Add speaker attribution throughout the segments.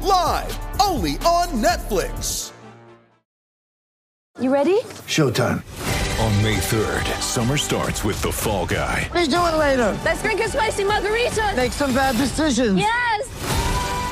Speaker 1: live only on Netflix.
Speaker 2: You ready?
Speaker 3: Showtime.
Speaker 4: On May 3rd, summer starts with the Fall Guy.
Speaker 5: Let's do it later.
Speaker 2: Let's drink a spicy margarita.
Speaker 5: Make some bad decisions.
Speaker 2: Yes.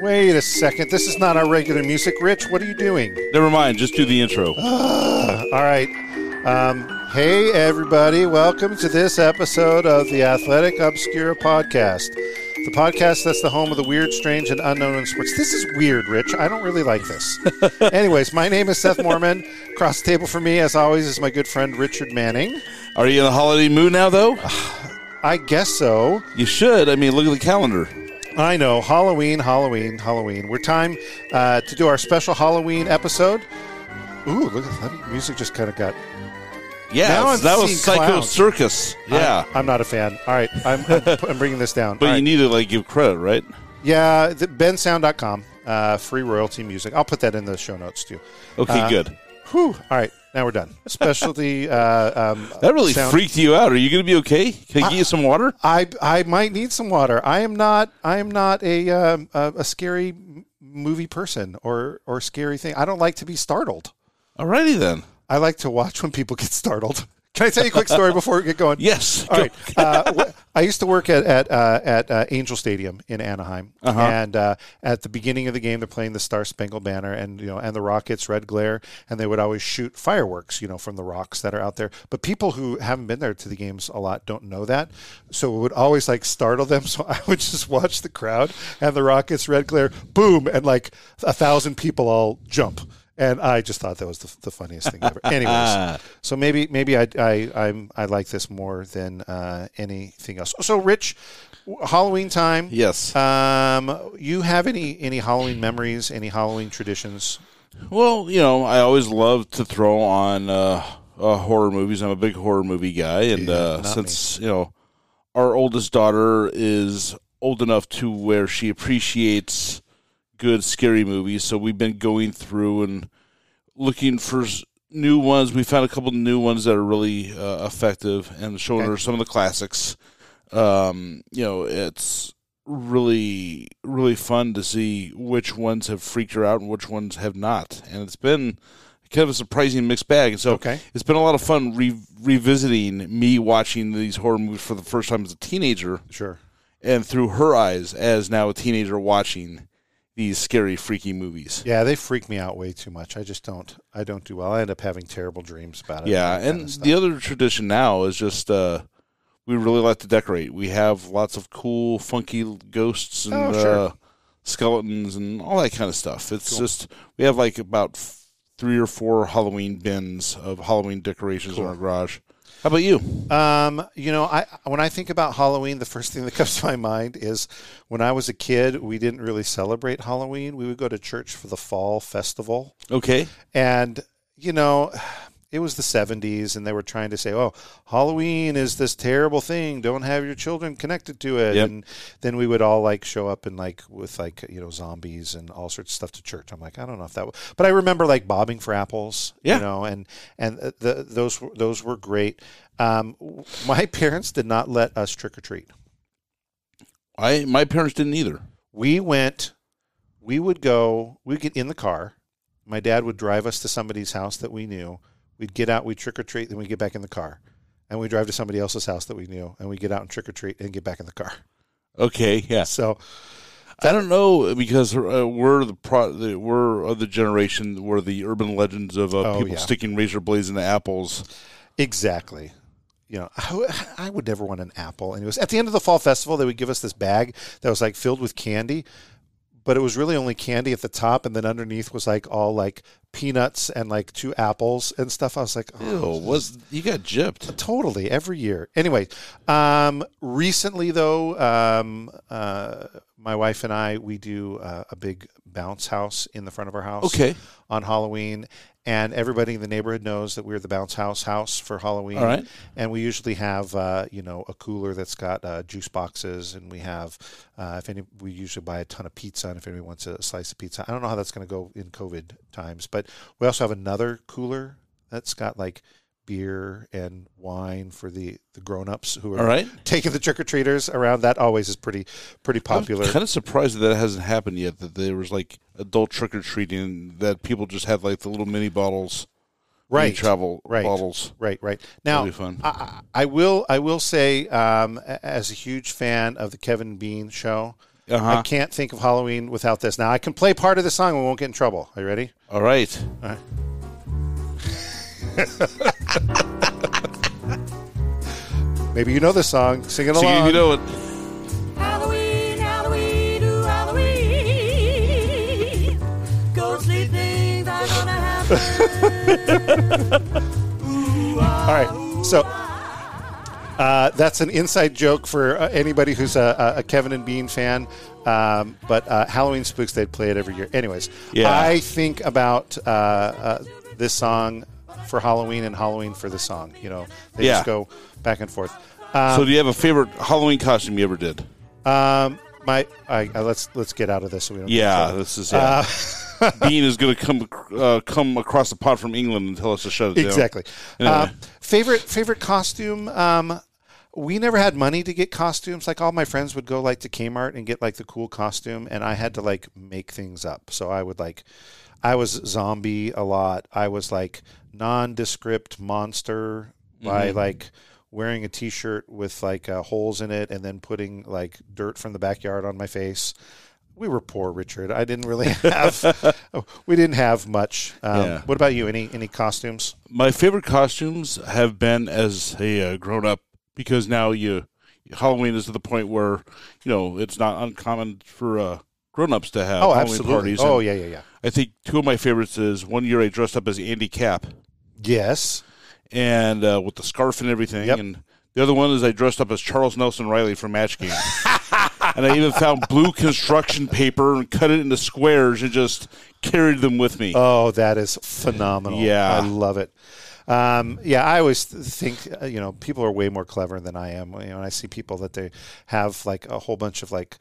Speaker 6: Wait a second. This is not our regular music. Rich, what are you doing?
Speaker 7: Never mind. Just do the intro.
Speaker 6: All right. Um, hey, everybody. Welcome to this episode of the Athletic Obscura podcast. The podcast that's the home of the weird, strange, and unknown in sports. This is weird, Rich. I don't really like this. Anyways, my name is Seth Mormon. Across the table from me, as always, is my good friend Richard Manning.
Speaker 7: Are you in the holiday mood now, though?
Speaker 6: I guess so.
Speaker 7: You should. I mean, look at the calendar.
Speaker 6: I know. Halloween, Halloween, Halloween. We're time uh, to do our special Halloween episode. Ooh, look at that music just kind of got.
Speaker 7: Yeah,
Speaker 6: Now I'm
Speaker 7: that
Speaker 6: seeing
Speaker 7: was Psycho
Speaker 6: clowns.
Speaker 7: Circus. Yeah,
Speaker 6: I'm, I'm not a fan. All right, I'm, I'm, I'm bringing this down.
Speaker 7: but
Speaker 6: All
Speaker 7: you
Speaker 6: right.
Speaker 7: need to like give credit, right?
Speaker 6: yeah, the, bensound.com, uh, free royalty music. I'll put that in the show notes too.
Speaker 7: Okay,
Speaker 6: Uh,
Speaker 7: good.
Speaker 6: Whew. All right, now we're done. Specialty. uh, um,
Speaker 7: That really
Speaker 6: sound-
Speaker 7: freaked you out. Are you going to be okay? Can I get you some water?
Speaker 6: I I might need some water. I am not I am not a um, a, a scary m- movie person or or scary thing. I don't like to be startled.
Speaker 7: Alrighty then.
Speaker 6: I like to watch when people get startled. Can I tell you a quick story before we get going?
Speaker 7: Yes.
Speaker 6: All
Speaker 7: go.
Speaker 6: right. Uh, w- I used to work at at uh, at uh, Angel Stadium in Anaheim,
Speaker 7: Uh-huh.
Speaker 6: and uh, at the beginning of the game, they're playing the Star Spangled Banner, and you know, and the Rockets' red glare, and they would always shoot fireworks, you know, from the rocks that are out there. But people who haven't been there to the games a lot don't know that, so it would always like startle them. So I would just watch the crowd and the Rockets' red glare, boom, and like a thousand people all jump. And I just thought that was the, the funniest thing ever. Anyways, so maybe maybe I I I'm, I like this more than uh, anything else. So Rich, w- Halloween time.
Speaker 7: Yes.
Speaker 6: Um, you have any any Halloween memories? Any Halloween traditions?
Speaker 7: Well, you know, I always love to throw on uh, uh, horror movies. I'm a big horror movie guy, and uh, since you know, our oldest daughter is old enough to where she appreciates good scary movies, so we've been going through and looking for s- new ones. We found a couple new ones that are really uh, effective, and showing
Speaker 6: Okay.
Speaker 7: her some of the classics. Um, you know, it's really really fun to see which ones have freaked her out and which ones have not and it's been kind of a surprising mixed bag and so
Speaker 6: Okay.
Speaker 7: it's been a lot of fun re- revisiting me watching these horror movies for the first time as a teenager
Speaker 6: Sure.
Speaker 7: and through her eyes as now a teenager watching these scary freaky movies
Speaker 6: Yeah, they freak me out way too much. I just don't. I don't do well. I end up having terrible dreams about it.
Speaker 7: yeah
Speaker 6: that kinda
Speaker 7: and
Speaker 6: stuff.
Speaker 7: the other tradition now is just uh we really like to decorate we have lots of cool funky ghosts and
Speaker 6: Oh, sure.
Speaker 7: uh, skeletons and all that kind of stuff it's just we have like about f- three or four halloween bins of halloween decorations in our garage how about you
Speaker 6: Um, you know, I when I think about Halloween, the first thing that comes to my mind is when I was a kid, we didn't really celebrate Halloween. We would go to church for the fall festival,
Speaker 7: okay
Speaker 6: and you know, it was the '70s, and they were trying to say, "Oh, Halloween is this terrible thing. Don't have your children connected to it."
Speaker 7: Yep.
Speaker 6: And then we would all like show up and like with like you know zombies and all sorts of stuff to church. I'm like, I don't know if that, w-. but I remember like bobbing for apples,
Speaker 7: Yeah.
Speaker 6: you know, and and uh, the those were- those were great. Um, w- my parents did not let us trick or treat.
Speaker 7: i my parents didn't either
Speaker 6: We went, we would go, we'd get in the car. My dad would drive us to somebody's house that we knew. We'd get out, we'd trick or treat, then we'd get back in the car. And we drive to somebody else's house that we knew, and we get out and trick or treat and get back in the car.
Speaker 7: okay yeah
Speaker 6: So,
Speaker 7: I don't know because uh, we're the, pro- the we're of the generation where the urban legends of uh,
Speaker 6: Oh,
Speaker 7: people
Speaker 6: yeah.
Speaker 7: sticking razor blades into apples
Speaker 6: exactly. you know, I, I would never want an apple. And it was at the end of the fall festival, they would give us this bag that was like filled with candy, but it was really only candy at the top, and then underneath was like all like peanuts and like two apples and stuff. I was like, oh,
Speaker 7: Ew, was you got gypped?
Speaker 6: Totally, every year. Anyway, um, recently though, um, uh, my wife and I we do uh, a big bounce house in the front of our house.
Speaker 7: Okay.
Speaker 6: On Halloween, and everybody in the neighborhood knows that we're the bounce house house for Halloween.
Speaker 7: All right.
Speaker 6: And we usually have uh, you know a cooler that's got uh, juice boxes, and we have uh, if any we usually buy a ton of pizza, and if anyone wants a slice of pizza, I don't know how that's going to go in COVID times, but we also have another cooler that's got like beer and wine for the the grown-ups who are
Speaker 7: All right.
Speaker 6: taking the trick-or-treaters around that always is pretty pretty popular
Speaker 7: I'm kind of surprised that that hasn't happened yet. That there was like adult trick or treating. That people just had like the little mini bottles, mini
Speaker 6: right
Speaker 7: travel
Speaker 6: right
Speaker 7: bottles.
Speaker 6: right right now
Speaker 7: That'll be fun.
Speaker 6: I, I I will i will say um a- as a huge fan of the kevin bean show
Speaker 7: Uh-huh.
Speaker 6: i can't think of halloween without this now i can play part of the song and we won't get in trouble are you ready
Speaker 7: All right.
Speaker 6: maybe you know this song sing it
Speaker 7: So
Speaker 6: along
Speaker 7: you, you know it.
Speaker 8: Halloween, Halloween, ooh, Halloween. Ghostly things are gonna happen.
Speaker 6: All right. So uh, that's an inside joke for uh, anybody who's a, a a Kevin and Bean fan. Um, but uh, Halloween Spooks, they'd play it every year. Anyways,
Speaker 7: Yeah.
Speaker 6: I think about uh, uh, this song for Halloween and Halloween for this song. You know, they
Speaker 7: Yeah.
Speaker 6: just go back and forth.
Speaker 7: so do you have a favorite Halloween costume you ever did?
Speaker 6: Um, my, I, I, let's let's get out of this. So we don't get in
Speaker 7: Yeah,
Speaker 6: trouble.
Speaker 7: this is yeah. Bean is going to come uh, come across the pod from England and tell us to shut it down.
Speaker 6: exactly.
Speaker 7: Anyway.
Speaker 6: Uh, favorite favorite costume. Um, we never had money to get costumes. Like all my friends would go like to Kmart and get like the cool costume, and I had to like make things up. So I would like, I was zombie a lot. I was like nondescript monster by
Speaker 7: Mm-hmm.
Speaker 6: like wearing a t-shirt with like uh, holes in it and then putting like dirt from the backyard on my face we were poor richard i didn't really have we didn't have much um,
Speaker 7: Yeah.
Speaker 6: what about you any any costumes
Speaker 7: my favorite costumes have been as a uh, grown up because now you Halloween is to the point where you know it's not uncommon for uh, grown ups to have
Speaker 6: Oh,
Speaker 7: Halloween
Speaker 6: absolutely.
Speaker 7: parties.
Speaker 6: Oh,
Speaker 7: And
Speaker 6: yeah, yeah, yeah.
Speaker 7: I think two of my favorites is one year I dressed up as Andy Cap
Speaker 6: Yes.
Speaker 7: and uh, with the scarf and everything,
Speaker 6: Yep.
Speaker 7: and the other one is I dressed up as Charles Nelson Riley from Match Game. And I even found blue construction paper and cut it into squares and just carried them with me.
Speaker 6: Oh, that is phenomenal. I
Speaker 7: Yeah.
Speaker 6: love it. Um, yeah, I always th- think uh, you know people are way more clever than I am. You know, and I see people that they have like a whole bunch of like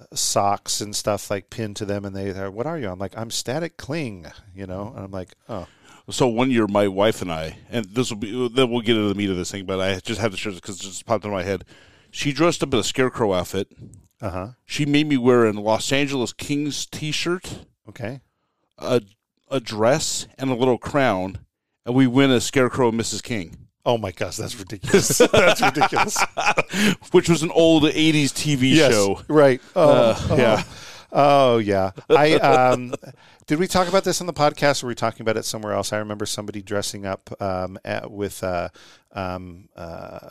Speaker 6: uh, socks and stuff like pinned to them, and they are, what are you? I'm like I'm static cling, you know, and I'm like oh
Speaker 7: So one year, my wife and I, and this will be then we'll get into the meat of this thing, but I just have to share this because it just popped into my head. She dressed up in a scarecrow outfit.
Speaker 6: uh huh
Speaker 7: She made me wear a Los Angeles Kings T-shirt,
Speaker 6: okay
Speaker 7: a a dress, and a little crown, and we went as Scarecrow and Mrs. King,
Speaker 6: oh my gosh that's ridiculous that's ridiculous
Speaker 7: which was an old '80s TV show. Uh,
Speaker 6: right oh, oh.
Speaker 7: Yeah,
Speaker 6: Oh yeah, I um, did. We talk about this on the podcast, or were we talking about it somewhere else? I remember somebody dressing up um, at, with uh, um, uh,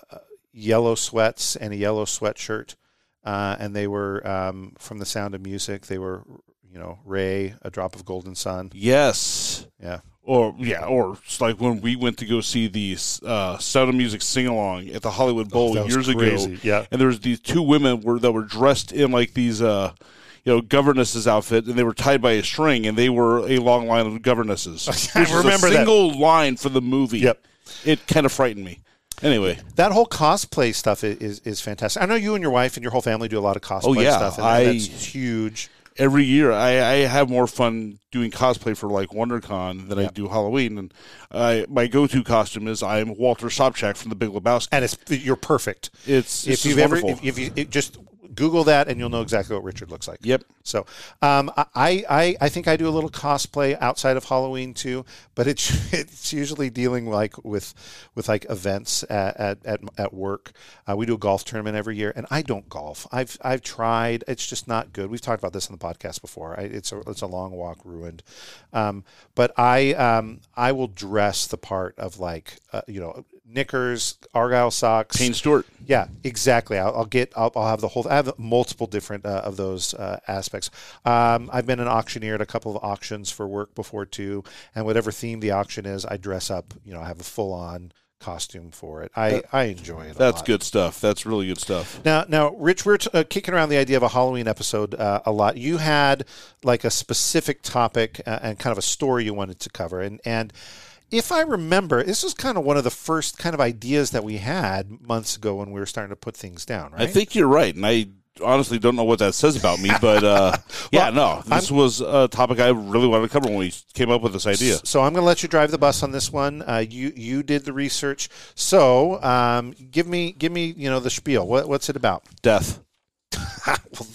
Speaker 6: yellow sweats and a yellow sweatshirt, uh, and they were um, from the Sound of Music. They were, you know, Ray, A Drop of Golden Sun.
Speaker 7: yes,
Speaker 6: Yeah,
Speaker 7: or yeah, or it's like when we went to go see the uh, Sound of Music sing along at the Hollywood Bowl
Speaker 6: Oh, that was
Speaker 7: years
Speaker 6: crazy.
Speaker 7: ago.
Speaker 6: Yeah.
Speaker 7: and there was these two women were that were dressed in like these, uh, you know, governesses outfit, and they were tied by a string, and they were a long line of governesses.
Speaker 6: I
Speaker 7: which is
Speaker 6: remember
Speaker 7: a
Speaker 6: that.
Speaker 7: single line for the movie.
Speaker 6: Yep.
Speaker 7: it kind of frightened me. Anyway,
Speaker 6: that whole cosplay stuff i- is is fantastic. I know you and your wife and your whole family do a lot of cosplay
Speaker 7: Oh, yeah.
Speaker 6: stuff, and
Speaker 7: I-
Speaker 6: that's huge.
Speaker 7: every year I, I have more fun doing cosplay for like WonderCon than I do Halloween, and I my go to costume is I'm Walter Sobchak from The Big Lebowski.
Speaker 6: and it's you're perfect.
Speaker 7: It's-
Speaker 6: if
Speaker 7: it's
Speaker 6: you've
Speaker 7: just
Speaker 6: ever if,
Speaker 7: wonderful.
Speaker 6: if you it, just Google that and you'll know exactly what Richard looks like.
Speaker 7: Yep.
Speaker 6: So um, I, I I think I do a little cosplay outside of Halloween too, but it's it's usually dealing like with with like events at at at, at work. Uh, we do a golf tournament every year, and I don't golf. I've I've tried. It's just not good. We've talked about this on the podcast before. I, it's a it's a long walk ruined, um, but I um, I will dress the part of like uh, you know knickers, argyle socks,
Speaker 7: Payne Stewart.
Speaker 6: yeah, exactly. I'll, I'll get. I'll, I'll have the whole. I have multiple different uh, of those uh, aspects. Um, I've been an auctioneer at a couple of auctions for work before too, and whatever theme the auction is, I dress up. You know, I have a full on costume for it. I I enjoy it. a
Speaker 7: That's
Speaker 6: lot.
Speaker 7: good stuff. That's really good stuff.
Speaker 6: Now, now, Rich, we're t- uh, kicking around the idea of a Halloween episode uh, a lot. You had like a specific topic uh, and kind of a story you wanted to cover, and and if I remember, this is kind of one of the first kind of ideas that we had months ago when we were starting to put things down, right?
Speaker 7: I think you're right, and I honestly don't know what that says about me, but uh, yeah, no, this was a topic I really wanted to cover when we came up with this idea.
Speaker 6: So I'm going to let you drive the bus on this one. Uh, you you did the research, so um, give me give me you know the spiel. What, what's it about?
Speaker 7: Death.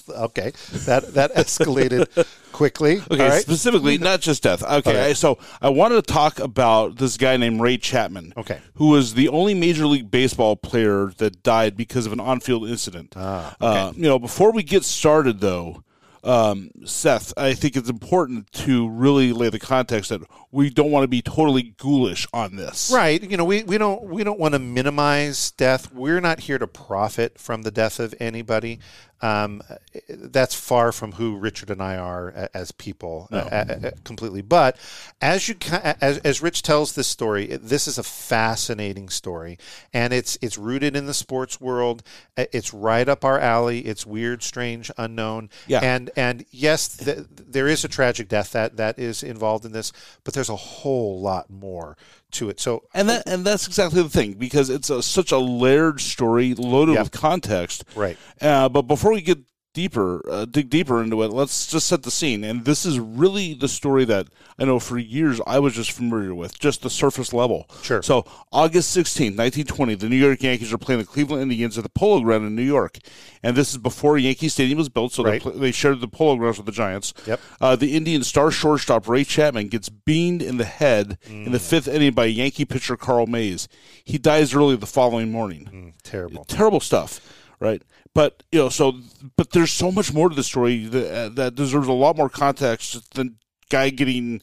Speaker 6: Okay, that that escalated quickly.
Speaker 7: Okay,
Speaker 6: All right.
Speaker 7: specifically, not just death. Okay,
Speaker 6: Okay.
Speaker 7: I- so I wanted to talk about this guy named Ray Chapman.
Speaker 6: Okay.
Speaker 7: who was the only Major League Baseball player that died because of an on-field incident.
Speaker 6: Ah,
Speaker 7: Uh, you know, before we get started, though, um, Seth, I think it's important to really lay the context that we don't want to be totally ghoulish on this.
Speaker 6: Right. You know, we, we don't we don't want to minimize death. We're not here to profit from the death of anybody. Um, that's far from who Richard and I are a- as people uh, uh, uh, completely. But as you ca- as, as Rich tells this story, it- this is a fascinating story, and it's it's rooted in the sports world. Uh, It's right up our alley. It's weird, strange, unknown.
Speaker 7: Yeah.
Speaker 6: And and yes, th- there is a tragic death that that is involved in this, but there's a whole lot more to it. So
Speaker 7: And that and that's exactly the thing because it's a, such a layered story loaded
Speaker 6: Yeah.
Speaker 7: with context.
Speaker 6: Right.
Speaker 7: Uh, but before we get deeper, uh, dig deeper into it, let's just set the scene. And this is really the story that I know for years I was just familiar with, just the surface level.
Speaker 6: Sure.
Speaker 7: So August 16th, 1920, the New York Yankees are playing the Cleveland Indians at the Polo Ground in New York. And this is before Yankee Stadium was built, so they
Speaker 6: Right.
Speaker 7: pl- they shared the Polo Grounds with the Giants.
Speaker 6: Yep.
Speaker 7: Uh, the Indian star shortstop Ray Chapman gets beamed in the head in the fifth inning by Yankee pitcher Carl Mays. He dies early the following morning
Speaker 6: terrible.
Speaker 7: terrible stuff, right? But you know, so but there's so much more to the story that, uh, that deserves a lot more context than guy getting,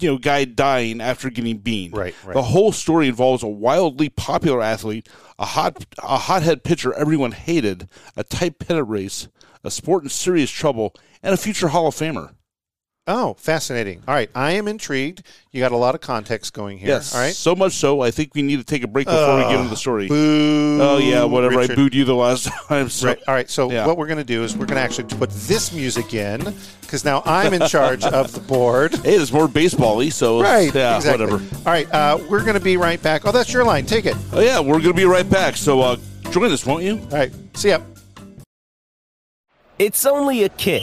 Speaker 7: you know, guy dying after getting beaned.
Speaker 6: Right, right.
Speaker 7: The whole story involves a wildly popular athlete, a hot a hothead pitcher everyone hated, a tight pennant race, a sport in serious trouble, and a future Hall of Famer.
Speaker 6: Oh, fascinating. All right, I am intrigued. You got a lot of context going here. All right.
Speaker 7: So much so, I think we need to take a break before we get into the story.
Speaker 6: Boo.
Speaker 7: Oh yeah, whatever. I
Speaker 6: Richard.
Speaker 7: booed you the last time. So.
Speaker 6: Right. All right. So
Speaker 7: Yeah.
Speaker 6: what we're going to do is we're going to actually put this music in because now I'm in charge of the board.
Speaker 7: Hey, there's more baseball-y, so
Speaker 6: Right.
Speaker 7: yeah,
Speaker 6: exactly.
Speaker 7: whatever.
Speaker 6: All right. Uh, we're going to be right back. Oh, that's your line. Take it.
Speaker 7: Oh, yeah, we're going to be right back. So uh, join us, won't you?
Speaker 6: All right. See ya.
Speaker 9: It's only a kick,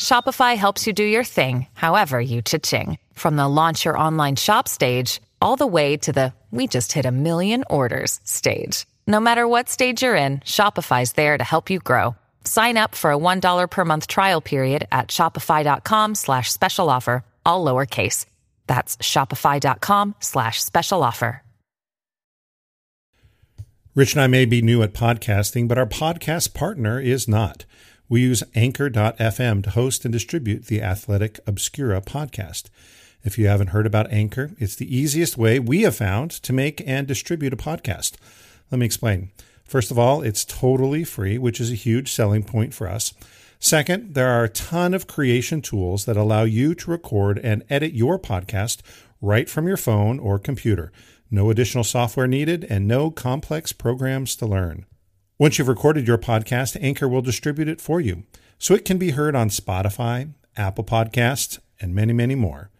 Speaker 10: Shopify helps you do your thing, however you cha-ching. From the launch your online shop stage, all the way to the we just hit a million orders stage. No matter what stage you're in, Shopify's there to help you grow. Sign up for a $1 per month trial period at shopify.com slash special offer, all lowercase. That's shopify.com slash special offer.
Speaker 11: Rich and I may be new at podcasting, but our podcast partner is not. We use Anchor.fm to host and distribute the Athletic Obscura podcast. If you haven't heard about Anchor, it's the easiest way we have found to make and distribute a podcast. Let me explain. First of all, it's totally free, which is a huge selling point for us. Second, there are a ton of creation tools that allow you to record and edit your podcast right from your phone or computer. No additional software needed and no complex programs to learn. Once you've recorded your podcast, Anchor will distribute it for you so it can be heard on Spotify, Apple Podcasts, and many, many more.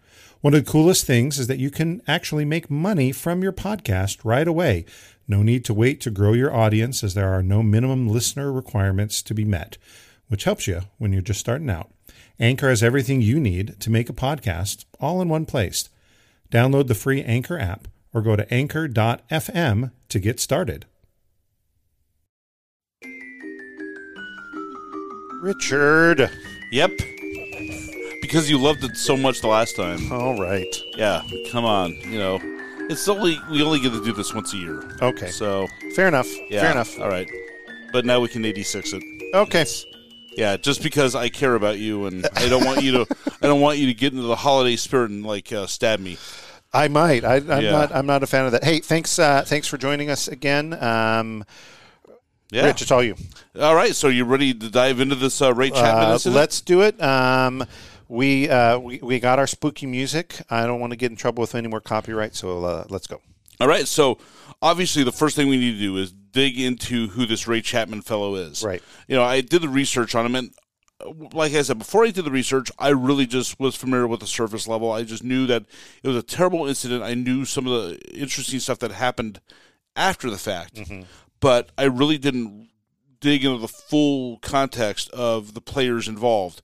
Speaker 11: One of the coolest things is that you can actually make money from your podcast right away. No need to wait to grow your audience as there are no minimum listener requirements to be met, which helps you when you're just starting out. Anchor has everything you need to make a podcast all in one place. Download the free Anchor app or go to anchor.fm to get started.
Speaker 6: Richard.
Speaker 7: Yep. Because you loved it so much the last time.
Speaker 6: All right.
Speaker 7: Yeah, come on. You know, it's only we only get to do this once a year.
Speaker 6: Okay.
Speaker 7: So
Speaker 6: Fair enough.
Speaker 7: yeah,
Speaker 6: Fair enough.
Speaker 7: All right, but now we can eighty-six it.
Speaker 6: Okay.
Speaker 7: Yeah, just because I care about you and I don't want you to, I don't want you to get into the holiday spirit and like uh, stab me.
Speaker 6: I might. I, I'm
Speaker 7: Yeah.
Speaker 6: not. I'm not a fan of that. Hey, thanks. Uh, thanks for joining us again. Um,
Speaker 7: Yeah.
Speaker 6: Rich, it's all you.
Speaker 7: All right, so you ready to dive into this uh, Ray Chapman?
Speaker 6: Uh,
Speaker 7: incident?
Speaker 6: let's do it. Um, we, uh, we we got our spooky music. I don't want to get in trouble with any more copyright, so uh, let's go.
Speaker 7: All right. So obviously, the first thing we need to do is dig into who this Ray Chapman fellow is.
Speaker 6: Right.
Speaker 7: You know, I did the research on him, and uh, like I said before, I did the research. I really just was familiar with the surface level. I just knew that it was a terrible incident. I knew some of the interesting stuff that happened after the fact, but I really didn't dig into the full context of the players involved.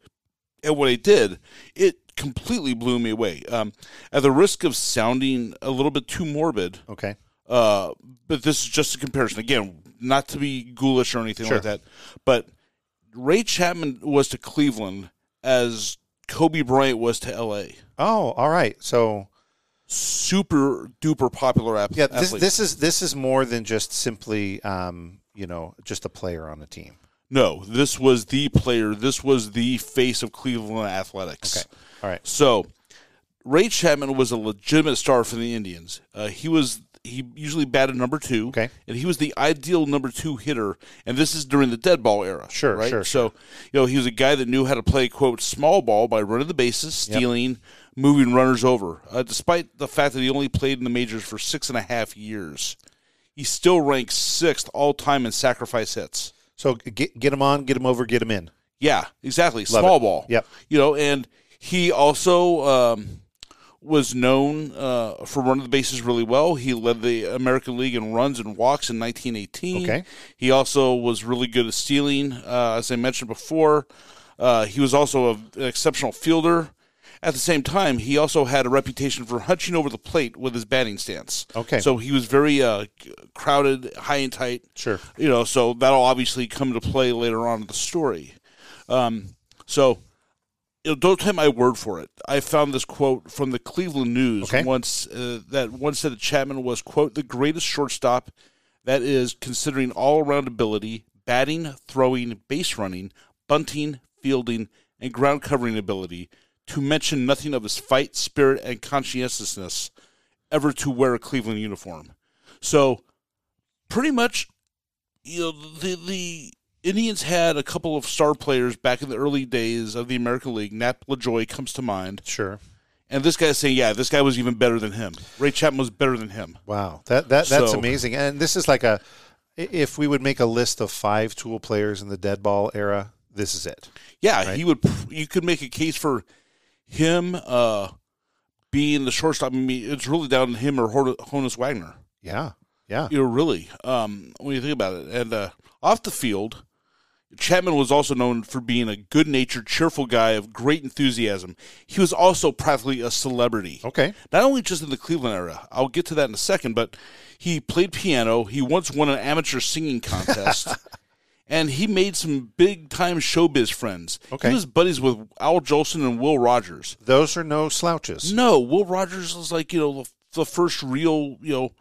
Speaker 7: And what I did, it completely blew me away. Um, at the risk of sounding a little bit too morbid,
Speaker 6: Okay.
Speaker 7: uh, but this is just a comparison. Again, not to be ghoulish or anything
Speaker 6: Sure.
Speaker 7: like that, but Ray Chapman was to Cleveland as Kobe Bryant was to L.A.
Speaker 6: Oh, all right. So
Speaker 7: Super duper popular app-
Speaker 6: yeah, this,
Speaker 7: athlete.
Speaker 6: this is this is more than just simply um, you know just a player on a team.
Speaker 7: no, this was the player. This was the face of Cleveland athletics.
Speaker 6: Okay. All right.
Speaker 7: So Ray Chapman was a legitimate star for the Indians. Uh, he was he usually batted number two,
Speaker 6: Okay.
Speaker 7: and he was the ideal number two hitter. And this is during the dead ball era,
Speaker 6: Sure,
Speaker 7: right?
Speaker 6: sure,
Speaker 7: So you know he was a guy that knew how to play quote small ball by running the bases, stealing, moving runners over. Uh, despite the fact that he only played in the majors for six and a half years, he still ranks sixth all time in sacrifice hits.
Speaker 6: So get get him on, get him over, get him in.
Speaker 7: Yeah, exactly. Small
Speaker 6: it.
Speaker 7: ball.
Speaker 6: Yep.
Speaker 7: You know, and he also um, was known uh, for running the bases really well. He led the American League in runs and walks in 1918.
Speaker 6: Okay.
Speaker 7: He also was really good at stealing, uh, as I mentioned before. Uh, he was also a, an exceptional fielder. At the same time, he also had a reputation for hunching over the plate with his batting stance.
Speaker 6: Okay.
Speaker 7: So he was very uh, crowded, high and tight.
Speaker 6: Sure.
Speaker 7: You know, so that'll obviously come into play later on in the story. Um, So, you know, don't take my word for it. I found this quote from the Cleveland News
Speaker 6: Okay.
Speaker 7: once uh, that once said that Chapman was quote the greatest shortstop that is considering all around ability, batting, throwing, base running, bunting, fielding, and ground covering ability, to mention nothing of his fight, spirit, and conscientiousness ever to wear a Cleveland uniform. So, pretty much you know the the Indians had a couple of star players back in the early days of the American League. Nat LaJoy comes to mind,
Speaker 6: Sure.
Speaker 7: and this guy's saying, "Yeah, this guy was even better than him. Ray Chapman was better than him."
Speaker 6: Wow, that that that's
Speaker 7: So-
Speaker 6: amazing. And this is like a i- if we would make a list of five tool players in the dead ball era, this is it.
Speaker 7: Yeah, he would. You could make a case for him uh, being the shortstop. I mean, it's really down to him or Hor- Honus Wagner.
Speaker 6: Yeah, yeah.
Speaker 7: You know, really, um, when you think about it. And uh, off the field, Chapman was also known for being a good natured, cheerful guy of great enthusiasm. He was also practically a celebrity.
Speaker 6: Okay.
Speaker 7: Not only just in the Cleveland era, I'll get to that in a second, but he played piano. He once won an amateur singing contest. And he made some big time showbiz friends.
Speaker 6: Okay.
Speaker 7: He was buddies with Al Jolson and Will Rogers.
Speaker 6: Those are no slouches.
Speaker 7: No, Will Rogers was like you know the, the first real you know.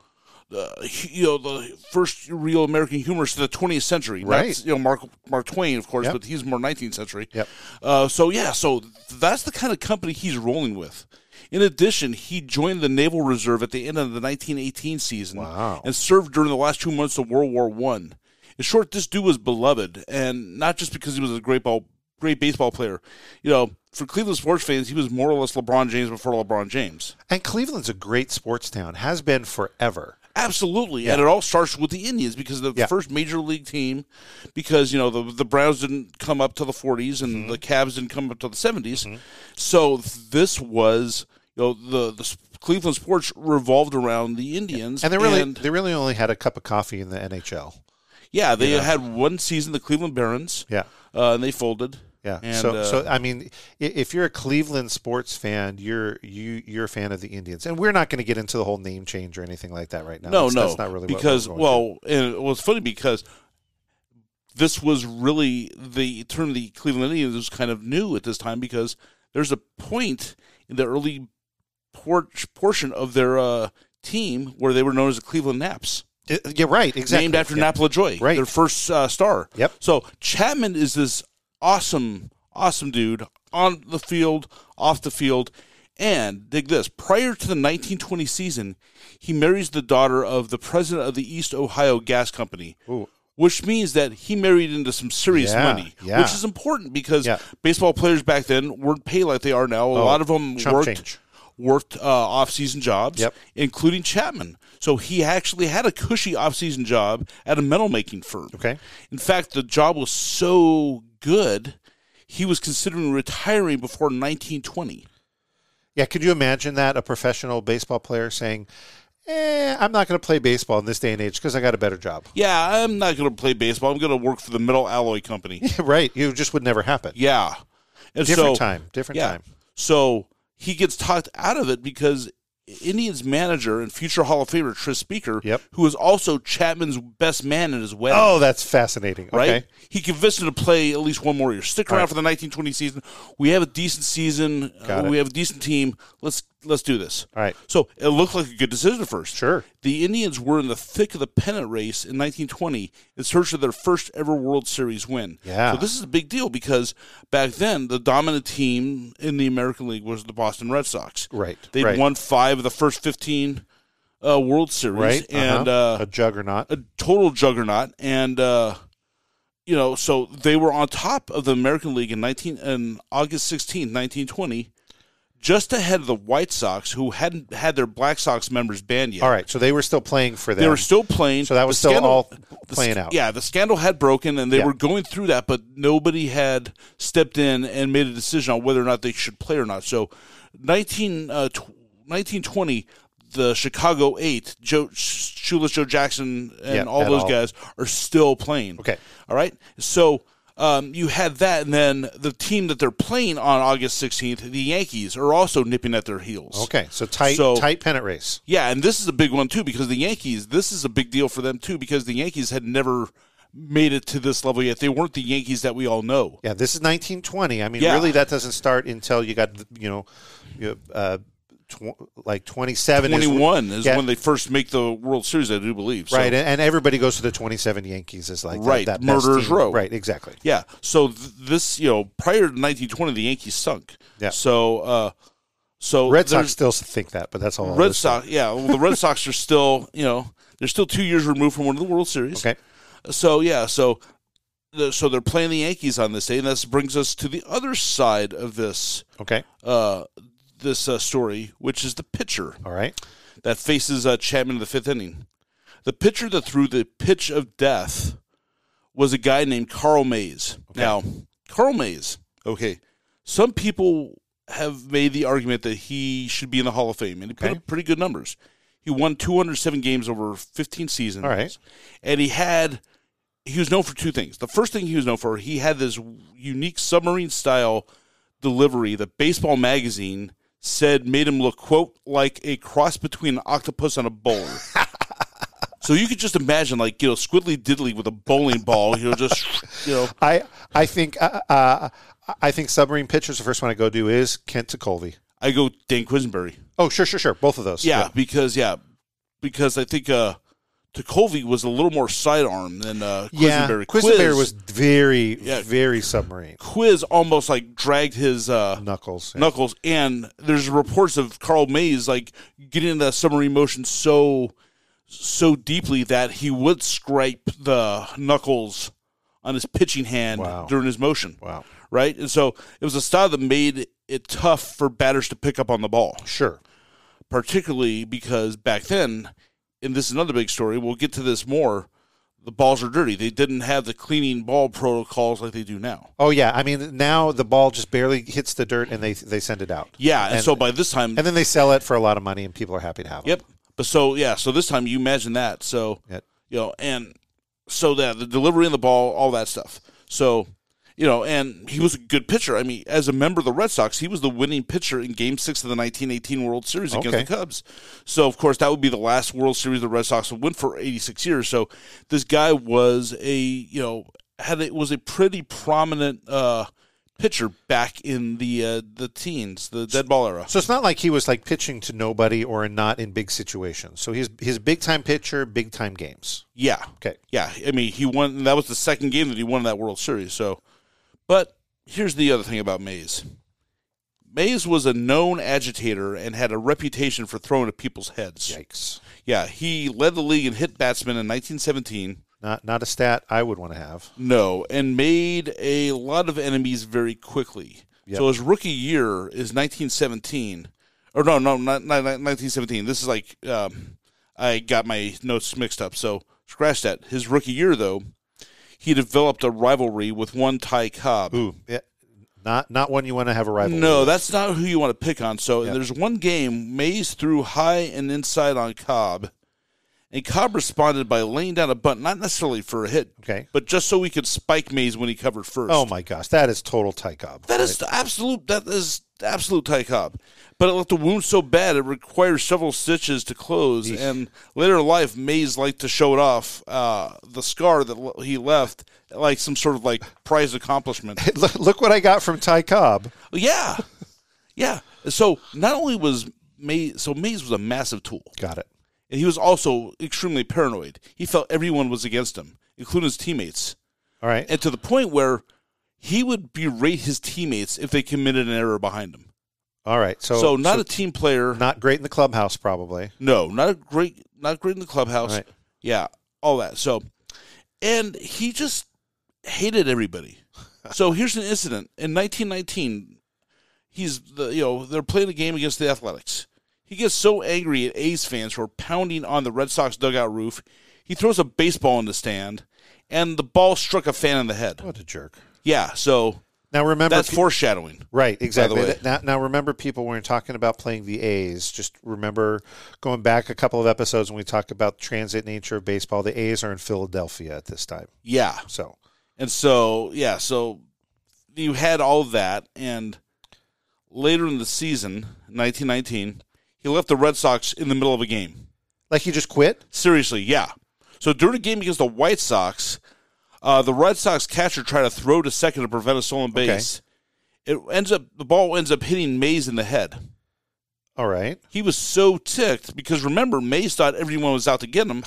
Speaker 7: Uh, hu- you know the first real American humorist of the 20th century, Not,
Speaker 6: Right.
Speaker 7: you know Mark Mark Twain, of course,
Speaker 6: Yep.
Speaker 7: but he's more 19th century.
Speaker 6: Yep.
Speaker 7: Uh, so yeah, so that's the kind of company he's rolling with. In addition, he joined the Naval Reserve at the end of the 1918 season
Speaker 6: Wow.
Speaker 7: and served during the last two months of World War One. In short, this dude was beloved, and not just because he was a great ball, great baseball player. You know, for Cleveland sports fans, he was more or less LeBron James before LeBron James.
Speaker 6: And Cleveland's a great sports town, has been forever.
Speaker 7: Absolutely, and it all starts with the Indians because the
Speaker 6: Yeah.
Speaker 7: first major league team, because you know the the Browns didn't come up to the 40s and
Speaker 6: Mm-hmm.
Speaker 7: the Cavs didn't come up to the 70s, so this was you know the the s- Cleveland sports revolved around the Indians,
Speaker 6: And they really
Speaker 7: and-
Speaker 6: they really only had a cup of coffee in the NHL.
Speaker 7: yeah they had one season the Cleveland Barons,
Speaker 6: Yeah.
Speaker 7: uh, and they folded.
Speaker 6: Yeah.
Speaker 7: And,
Speaker 6: so,
Speaker 7: uh,
Speaker 6: so I mean, i- if you're a Cleveland sports fan, you're you you're a fan of the Indians, and we're not going to get into the whole name change or anything like that right now.
Speaker 7: No,
Speaker 6: That's-
Speaker 7: no,
Speaker 6: that's not really what
Speaker 7: because
Speaker 6: we're going to.
Speaker 7: well, and it was funny because this was really the term the Cleveland Indians was kind of new at this time because there's a point in the early por- portion of their uh, team where they were known as the Cleveland Naps.
Speaker 6: yeah, right, exactly.
Speaker 7: Named after
Speaker 6: Yeah.
Speaker 7: Napa LaJoy,
Speaker 6: Right.
Speaker 7: Their first uh, star.
Speaker 6: Yep.
Speaker 7: So Chapman is this awesome, awesome dude on the field, off the field, and dig this. Prior to the 1920 season, he marries the daughter of the president of the East Ohio Gas Company. Which means that he married into some serious
Speaker 6: Yeah,
Speaker 7: money,
Speaker 6: yeah.
Speaker 7: which is important because
Speaker 6: Yeah.
Speaker 7: baseball players back then weren't paid like they are now. A
Speaker 6: Oh,
Speaker 7: lot of them
Speaker 6: chump
Speaker 7: worked
Speaker 6: change.
Speaker 7: worked uh, off-season jobs,
Speaker 6: Yep.
Speaker 7: including Chapman. So he actually had a cushy off-season job at a metal-making firm.
Speaker 6: Okay.
Speaker 7: In fact, the job was so good, he was considering retiring before 1920.
Speaker 6: yeah. Could you imagine that a professional baseball player saying, eh, "I'm not going to play baseball in this day and age because I got a better job."
Speaker 7: Yeah, I'm not going to play baseball. I'm going to work for the metal alloy company.
Speaker 6: right. You just would never happen.
Speaker 7: Yeah. And
Speaker 6: Different time, different
Speaker 7: yeah.
Speaker 6: time.
Speaker 7: So he gets talked out of it because Indians manager and future Hall of Famer Tris Speaker,
Speaker 6: Yep.
Speaker 7: who was also Chapman's best man at his wedding.
Speaker 6: Oh, that's fascinating.
Speaker 7: right?
Speaker 6: Okay.
Speaker 7: He convinced him to play at least one more year. Stick
Speaker 6: All
Speaker 7: around
Speaker 6: right.
Speaker 7: for the 1920 season. We have a decent season.
Speaker 6: Got
Speaker 7: Uh,
Speaker 6: it.
Speaker 7: we have a decent team. Let's let's do this.
Speaker 6: All right.
Speaker 7: So it looked like a good decision at first.
Speaker 6: Sure.
Speaker 7: The Indians were in the thick of the pennant race in 1920 in search of their first ever World Series win.
Speaker 6: Yeah.
Speaker 7: So this is a big deal because back then the dominant team in the American League was the Boston Red Sox.
Speaker 6: Right,
Speaker 7: They'd
Speaker 6: right.
Speaker 7: won five of the first 15 uh, World Series.
Speaker 6: Right.
Speaker 7: And
Speaker 6: Uh-huh.
Speaker 7: uh,
Speaker 6: a juggernaut.
Speaker 7: a total juggernaut and uh you know so they were on top of the American League in 19 in August 16 1920 just ahead of the White Sox who hadn't had their Black Sox members banned yet
Speaker 6: All right. So they were still playing for them.
Speaker 7: they were still playing
Speaker 6: So that was
Speaker 7: The
Speaker 6: still
Speaker 7: scandal-
Speaker 6: all
Speaker 7: the
Speaker 6: playing
Speaker 7: sc-
Speaker 6: out.
Speaker 7: yeah the scandal had broken and they
Speaker 6: Yeah.
Speaker 7: were going through that but nobody had stepped in and made a decision on whether or not they should play or not so 19 uh, tw- 1920 the Chicago 8 Joe Shoeless Joe Jackson and
Speaker 6: Yeah,
Speaker 7: all
Speaker 6: at
Speaker 7: those
Speaker 6: all.
Speaker 7: guys are still playing
Speaker 6: Okay.
Speaker 7: all right so um, you had that, and then the team that they're playing on August 16th, the Yankees, are also nipping at their heels.
Speaker 6: Okay. So tight,
Speaker 7: So-
Speaker 6: tight pennant race.
Speaker 7: Yeah, and this is a big one too because the Yankees. This is a big deal for them too because the Yankees had never made it to this level yet. They weren't the Yankees that we all know.
Speaker 6: Yeah, this is 1920. I mean,
Speaker 7: Yeah.
Speaker 6: really, that doesn't start until you got you know, you, uh, tw- like 27, is-
Speaker 7: Twenty-one is
Speaker 6: Yeah,
Speaker 7: when they first make the World Series. I do believe. So,
Speaker 6: right, and, and everybody goes to the 27 Yankees is like that-
Speaker 7: Right,
Speaker 6: that, best
Speaker 7: murderers
Speaker 6: team.
Speaker 7: row.
Speaker 6: right, exactly.
Speaker 7: Yeah. So th- this, you know, prior to nineteen twenty, the Yankees sunk.
Speaker 6: Yeah.
Speaker 7: So, uh, so
Speaker 6: Red
Speaker 7: there's-
Speaker 6: Sox still think that, but that's all. I'll
Speaker 7: Red
Speaker 6: say.
Speaker 7: Sox. Yeah. Well, the Red Sox are still, you know, they're still two years removed from winning the World Series.
Speaker 6: Okay,
Speaker 7: So yeah, so the, so they're playing the Yankees on this day, and this brings us to the other side of this
Speaker 6: okay,
Speaker 7: uh, this uh, story, which is the pitcher
Speaker 6: all right.
Speaker 7: that faces uh, Chapman in the fifth inning. The pitcher that threw the pitch of death was a guy named Carl Mays. Now, Carl Mays, okay, some people have made the argument that he should be in the Hall of Fame, and he put
Speaker 6: Okay.
Speaker 7: up pretty good numbers. He won 207 games over 15 seasons.
Speaker 6: All right.
Speaker 7: And he had, he was known for two things. The first thing he was known for, he had this unique submarine style delivery that Baseball Magazine said made him look, quote, like a cross between an octopus and a bowler. so you could just imagine, like, you know, Squiddly Diddly with a bowling ball, you know, just, you know.
Speaker 6: I I think uh, uh, I think submarine pitchers. The first one I go to is Kent Colby.
Speaker 7: I go Dan Quisenberry.
Speaker 6: Oh, sure, sure, sure. Both of those.
Speaker 7: Yeah, because, yeah, because I think uh, Takovi was a little more sidearm than uh,
Speaker 6: yeah.
Speaker 7: Quisenberry.
Speaker 6: Quisenberry was very,
Speaker 7: Yeah.
Speaker 6: very submarine.
Speaker 7: Quiz almost, like, dragged his uh,
Speaker 6: Knuckles. yeah.
Speaker 7: Knuckles, and there's reports of Carl Mays like getting into that submarine motion so so deeply that he would scrape the knuckles on his pitching hand
Speaker 6: Wow.
Speaker 7: during his motion.
Speaker 6: Wow.
Speaker 7: Right? And so it was a style that made it tough for batters to pick up on the ball,
Speaker 6: Sure.
Speaker 7: particularly because back then, and this is another big story, we'll get to this more, the balls are dirty. They didn't have the cleaning ball protocols like they do now.
Speaker 6: Oh yeah, I mean now the ball just barely hits the dirt and they they send it out.
Speaker 7: Yeah, and,
Speaker 6: And-
Speaker 7: so by this time
Speaker 6: And then they sell it for a lot of money and people are happy to have it.
Speaker 7: Yep. But so yeah, so this time you imagine that. So
Speaker 6: Yep.
Speaker 7: you know, and so that the delivery of the ball, all that stuff. So you know, and he was a good pitcher. I mean, as a member of the Red Sox, he was the winning pitcher in Game Six of the 1918 World Series against
Speaker 6: Okay.
Speaker 7: the Cubs. So, of course, that would be the last World Series the Red Sox would win for 86 years. So, this guy was a you know had a, was a pretty prominent uh, pitcher back in the uh, the teens, the dead ball era.
Speaker 6: So it's not like he was like pitching to nobody or not in big situations. So he's he's big time pitcher, big time games.
Speaker 7: Yeah.
Speaker 6: Okay.
Speaker 7: Yeah. I mean, he won. That was the second game that he won that World Series. So, but here's the other thing about Mays. Mays was a known agitator and had a reputation for throwing at people's heads.
Speaker 6: Yikes.
Speaker 7: Yeah, he led the league in hit batsmen in 1917.
Speaker 6: Not not a stat I would want to have.
Speaker 7: No, and made a lot of enemies very quickly.
Speaker 6: Yep.
Speaker 7: So his rookie year is 1917, or no, no, not, not, not 1917. This is like um, I got my notes mixed up. So scratch that. His rookie year, though, he developed a rivalry with one Ty Cobb.
Speaker 6: Ooh, yeah, not not one you want to have a rival.
Speaker 7: No,
Speaker 6: with.
Speaker 7: that's not who you want to pick on. So
Speaker 6: Yeah.
Speaker 7: there's one game Mays threw high and inside on Cobb, and Cobb responded by laying down a bunt, not necessarily for a hit,
Speaker 6: okay.
Speaker 7: but just so we could spike Mays when he covered first.
Speaker 6: Oh my gosh, that is total Ty Cobb.
Speaker 7: That is the absolute. That is the absolute Ty Cobb. But it left the wound so bad it requires several stitches to close. And later in life, Mays liked to show it off. Uh, the scar that l- he left, like some sort of like prized accomplishment.
Speaker 6: look, look what I got from Ty Cobb.
Speaker 7: yeah, yeah. So not only was Mays, so Mays was a massive tool,
Speaker 6: Got it.
Speaker 7: and he was also extremely paranoid. He felt everyone was against him, including his teammates,
Speaker 6: All right.
Speaker 7: and to the point where he would berate his teammates if they committed an error behind him.
Speaker 6: All right. So
Speaker 7: So, not a team player.
Speaker 6: not great in the clubhouse probably.
Speaker 7: no, not a great, not great in the clubhouse.
Speaker 6: All right.
Speaker 7: Yeah, all that. So, and he just hated everybody. so here's an incident in 1919. He's the you know they're playing a game against the Athletics. He gets so angry at A's fans who are pounding on the Red Sox dugout roof, he throws a baseball in the stand, and the ball struck a fan in the head.
Speaker 6: What a jerk.
Speaker 7: Yeah, so
Speaker 6: Now remember
Speaker 7: that's
Speaker 6: pe-
Speaker 7: foreshadowing.
Speaker 6: Right, exactly.
Speaker 7: way.
Speaker 6: Th- Now, now remember, people, when we're talking about playing the A's, just remember going back a couple of episodes when we talk about transit nature of baseball. The A's are in Philadelphia at this time,
Speaker 7: Yeah,
Speaker 6: so
Speaker 7: And so, yeah, so you had all of that. And later in the season, 1919, he left the Red Sox in the middle of a game.
Speaker 6: like he just quit.
Speaker 7: Seriously, yeah. So during a game against the White Sox, uh, the Red Sox catcher tried to throw to second to prevent a stolen
Speaker 6: Okay.
Speaker 7: base. It ends up, the ball ends up hitting Mays in the head.
Speaker 6: All right,
Speaker 7: He was so ticked because remember, Mays thought everyone was out to get him.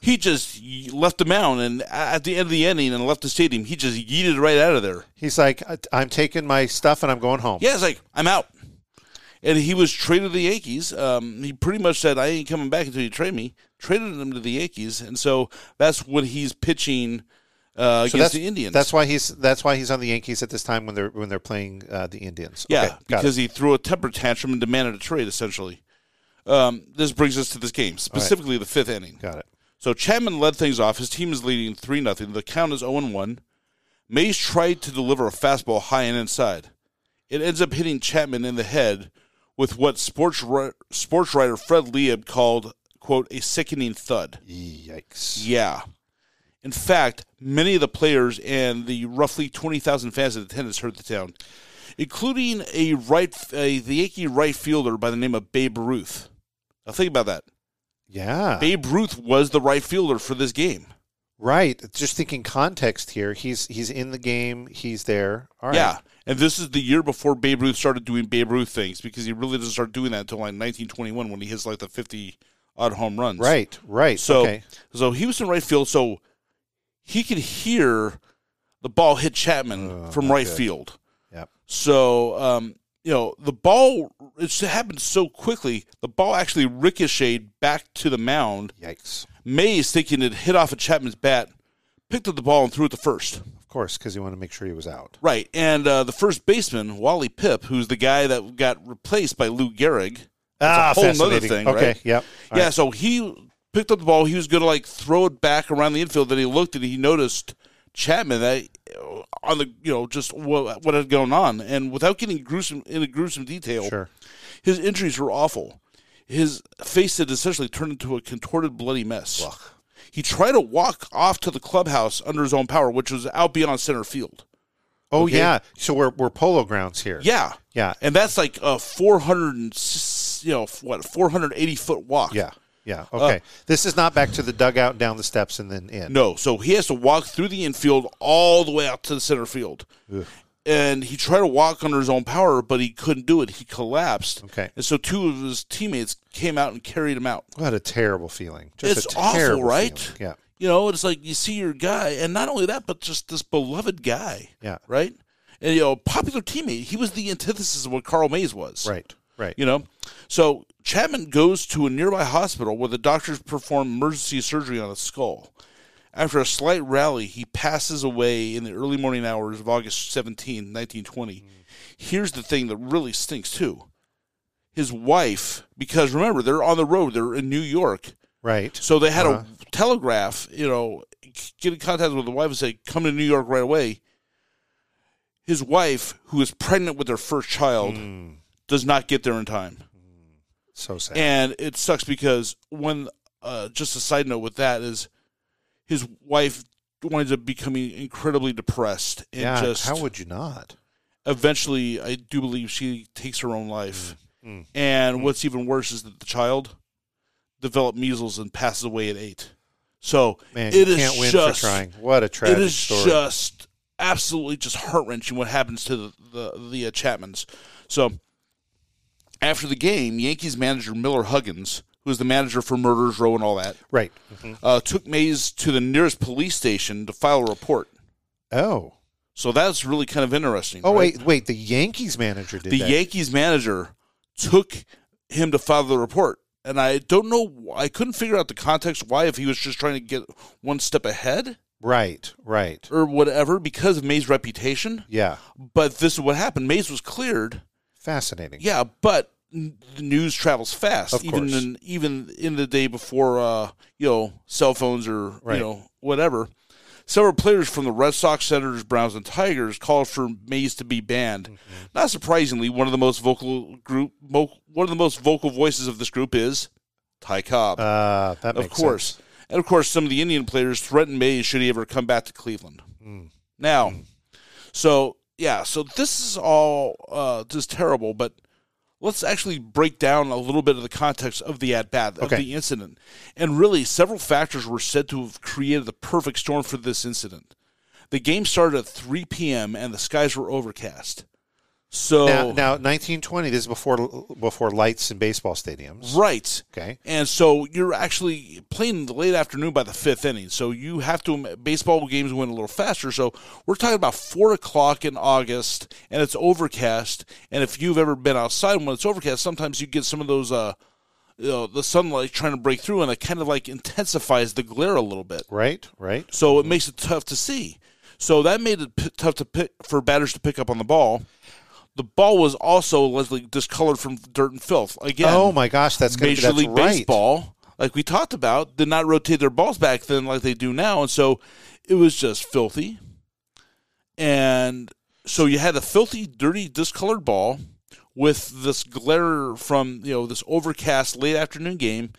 Speaker 7: he just ye- left the mound and a- at the end of the inning and left the stadium, he just yeeted right out of there.
Speaker 6: he's like, "I- I'm taking my stuff and I'm going home.
Speaker 7: Yeah, it's like I'm out. And he was traded to the Yankees. Um, he pretty much said, "I ain't coming back until you trade me." Traded him to the Yankees, and so that's when he's pitching
Speaker 6: So
Speaker 7: uh, against
Speaker 6: that's
Speaker 7: the Indians.
Speaker 6: That's why he's that's why he's on the Yankees at this time when they're when they're playing uh, the Indians.
Speaker 7: yeah,
Speaker 6: Okay, got
Speaker 7: because
Speaker 6: it.
Speaker 7: he threw a temper tantrum and demanded a trade. Essentially, um, this brings us to this game, specifically the fifth inning.
Speaker 6: got it.
Speaker 7: So Chapman led things off. His team is leading 3 0. The count is 0 1. Mays tried to deliver a fastball high and inside. It ends up hitting Chapman in the head with what sports, ri- sports writer Fred Lieb called, quote, a sickening thud.
Speaker 6: Yikes!
Speaker 7: Yeah. In fact, many of the players and the roughly 20,000 fans in attendance heard the town, including a right, a, the Yankee right fielder by the name of Babe Ruth. Now think about that.
Speaker 6: Yeah,
Speaker 7: Babe Ruth was the right fielder for this game.
Speaker 6: right. Just thinking context here. He's he's in the game. He's there. All right.
Speaker 7: Yeah. And this is the year before Babe Ruth started doing Babe Ruth things because he really doesn't start doing that until like 1921 when he hits like the 50 odd home runs.
Speaker 6: Right. Right.
Speaker 7: So,
Speaker 6: okay.
Speaker 7: so he was in right field. So he could hear the ball hit Chapman from right field.
Speaker 6: Oh, Yep.
Speaker 7: So, um, you know, the ball, it just happened so quickly. The ball actually ricocheted back to the mound.
Speaker 6: Yikes.
Speaker 7: Mays, thinking it hit off of Chapman's bat, picked up the ball and threw it to first.
Speaker 6: Of course, because he wanted to make sure he was out.
Speaker 7: Right, and uh, the first baseman Wally Pip, who's the guy that got replaced by Lou Gehrig. That's a whole nother
Speaker 6: Ah, fascinating.
Speaker 7: thing,
Speaker 6: Okay,
Speaker 7: right?
Speaker 6: yep. All
Speaker 7: yeah,
Speaker 6: right.
Speaker 7: so he picked up the ball. He was going to like throw it back around the infield. Then he looked and he noticed Chapman that uh, on the you know just what, what had gone on, and without getting gruesome into gruesome detail,
Speaker 6: Sure.
Speaker 7: his injuries were awful. His face had essentially turned into a contorted, bloody mess. He tried to walk off to the clubhouse under his own power, which was out beyond center field.
Speaker 6: Oh
Speaker 7: Okay?
Speaker 6: yeah, so we're we're polo grounds here.
Speaker 7: Yeah,
Speaker 6: yeah,
Speaker 7: and that's like a four hundred and s- you know what four hundred eighty foot walk.
Speaker 6: yeah, yeah. Okay,
Speaker 7: Uh,
Speaker 6: this is not back to the dugout, and down the steps, and then in.
Speaker 7: No, so he has to walk through the infield all the way out to the center field. And he tried to walk under his own power, but he couldn't do it. He collapsed.
Speaker 6: Okay.
Speaker 7: And so two of his teammates came out and carried him out.
Speaker 6: What a terrible feeling! Just
Speaker 7: it's
Speaker 6: a terrible
Speaker 7: awful, right?
Speaker 6: feeling. Yeah,
Speaker 7: You know, it's like you see your guy, and not only that, but just this beloved guy,
Speaker 6: yeah,
Speaker 7: right? And, you know, popular teammate. He was the antithesis of what Carl Mays was.
Speaker 6: right, right.
Speaker 7: You know, so Chapman goes to a nearby hospital where the doctors perform emergency surgery on his skull. After a slight rally, he passes away in the early morning hours of August 17, 1920. Here's the thing that really stinks too. His wife, because remember, they're on the road, they're in New York.
Speaker 6: right.
Speaker 7: So they had
Speaker 6: Uh-huh.
Speaker 7: to telegraph, you know, get in contact with the wife and say, come to New York right away. His wife, who is pregnant with their first child,
Speaker 6: Hmm.
Speaker 7: does not get there in time.
Speaker 6: So sad.
Speaker 7: And it sucks because when uh, just a side note with that is his wife winds up becoming incredibly depressed and
Speaker 6: yeah,
Speaker 7: just
Speaker 6: how would you not?
Speaker 7: eventually I do believe she takes her own life.
Speaker 6: Mm.
Speaker 7: And what's even worse is that the child developed measles and passes away at eight. So
Speaker 6: Man,
Speaker 7: it
Speaker 6: you
Speaker 7: is
Speaker 6: can't win
Speaker 7: just
Speaker 6: for trying. What a tragic
Speaker 7: it is
Speaker 6: story.
Speaker 7: just absolutely just heart wrenching what happens to the the, the uh, Chapmans. So after the game, Yankees manager Miller Huggins, who is the manager for Murders Row and all that,
Speaker 6: right.
Speaker 7: uh, took Mays to the nearest police station to file a report.
Speaker 6: Oh.
Speaker 7: So that's really kind of interesting.
Speaker 6: Oh
Speaker 7: right?
Speaker 6: wait, wait. The Yankees manager did
Speaker 7: the
Speaker 6: that.
Speaker 7: Yankees manager took him to file the report. And I don't know, I couldn't figure out the context why, if he was just trying to get one step ahead
Speaker 6: right, right.
Speaker 7: or whatever because of May's reputation.
Speaker 6: Yeah,
Speaker 7: But this is what happened. Mays was cleared.
Speaker 6: fascinating.
Speaker 7: Yeah, but n- the news travels fast,
Speaker 6: Of
Speaker 7: even
Speaker 6: course.
Speaker 7: in, even in the day before, uh, you know, cell phones or
Speaker 6: Right.
Speaker 7: you know whatever. Several players from the Red Sox, Senators, Browns, and Tigers called for Mays to be banned.
Speaker 6: Mm-hmm.
Speaker 7: Not surprisingly, one of the most vocal group, mo- one of the most vocal voices of this group is Ty Cobb,
Speaker 6: Uh, that
Speaker 7: of
Speaker 6: makes
Speaker 7: course,
Speaker 6: sense.
Speaker 7: and of course, some of the Indian players threatened Mays should he ever come back to Cleveland.
Speaker 6: Mm.
Speaker 7: Now, so yeah, so this is all uh, just terrible, but let's actually break down a little bit of the context of the at bat of
Speaker 6: Okay.
Speaker 7: the incident. And really, several factors were said to have created the perfect storm for this incident. The game started at 3 p.m. and the skies were overcast. So
Speaker 6: Now, now, 1920. This is before before lights in baseball stadiums.
Speaker 7: right.
Speaker 6: Okay.
Speaker 7: And so you're actually playing in the late afternoon by the fifth inning. So you have to, baseball games went a little faster. So we're talking about four o'clock in August and it's overcast. And if you've ever been outside when it's overcast, sometimes you get some of those, uh, you know, the sunlight trying to break through and it kind of like intensifies the glare a little bit.
Speaker 6: Right. Right.
Speaker 7: So it makes it tough to see. So that made it p- tough to pick for batters to pick up on the ball. The ball was also Leslie discolored from dirt and filth. Again,
Speaker 6: Oh my gosh, that's going to be
Speaker 7: Major
Speaker 6: that's
Speaker 7: League
Speaker 6: right.
Speaker 7: Baseball, like we talked about, did not rotate their balls back then like they do now, and so it was just filthy. And so you had a filthy, dirty, discolored ball with this glare from you know this overcast late afternoon game.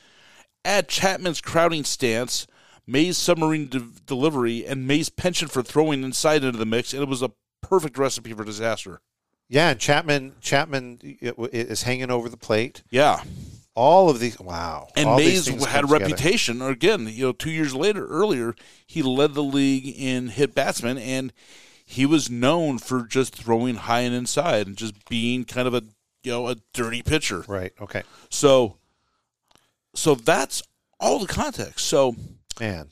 Speaker 7: Add Chapman's crowding stance, May's submarine de- delivery, and May's penchant for throwing inside into the mix, and it was a perfect recipe for disaster.
Speaker 6: Yeah, and Chapman Chapman i- i- is hanging over the plate.
Speaker 7: Yeah.
Speaker 6: All of these, wow.
Speaker 7: And
Speaker 6: all these
Speaker 7: Mays
Speaker 6: things
Speaker 7: had a
Speaker 6: come together.
Speaker 7: reputation. Or Again, you know, two years later, earlier, he led the league in hit batsmen, and he was known for just throwing high and inside and just being kind of a you know a dirty pitcher.
Speaker 6: Right. Okay.
Speaker 7: So, so that's all the context. So,
Speaker 6: Man.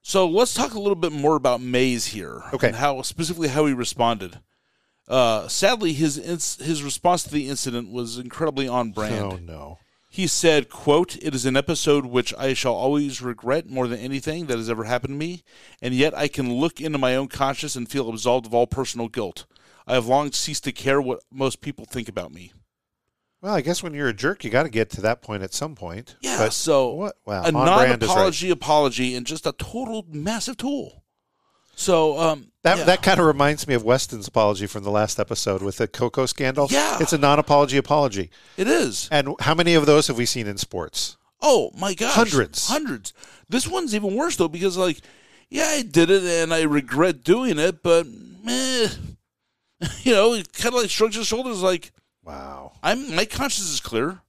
Speaker 7: so let's talk a little bit more about Mays here.
Speaker 6: Okay.
Speaker 7: And how specifically how he responded. Uh, sadly, his ins- his response to the incident was incredibly on brand.
Speaker 6: Oh no.
Speaker 7: He said, quote, It is an episode which I shall always regret more than anything that has ever happened to me, and yet I can look into my own conscience and feel absolved of all personal guilt. I have long ceased to care what most people think about me.
Speaker 6: Well, I guess when you're a jerk, you got to get to that point at some point.
Speaker 7: Yeah,
Speaker 6: But
Speaker 7: so
Speaker 6: what? Wow.
Speaker 7: a
Speaker 6: on brand is right.
Speaker 7: non-apology apology and just a total massive tool. So um,
Speaker 6: That,
Speaker 7: yeah.
Speaker 6: that kind of reminds me of Weston's apology from the last episode with the Coco scandal.
Speaker 7: Yeah.
Speaker 6: It's a non apology apology.
Speaker 7: it is.
Speaker 6: And how many of those have we seen in sports?
Speaker 7: Oh my gosh.
Speaker 6: Hundreds.
Speaker 7: Hundreds. This one's even worse though because like yeah, I did it and I regret doing it, but mm, meh. You know, he kind of like shrugs his shoulders, like, "Wow, I'm my conscience is clear."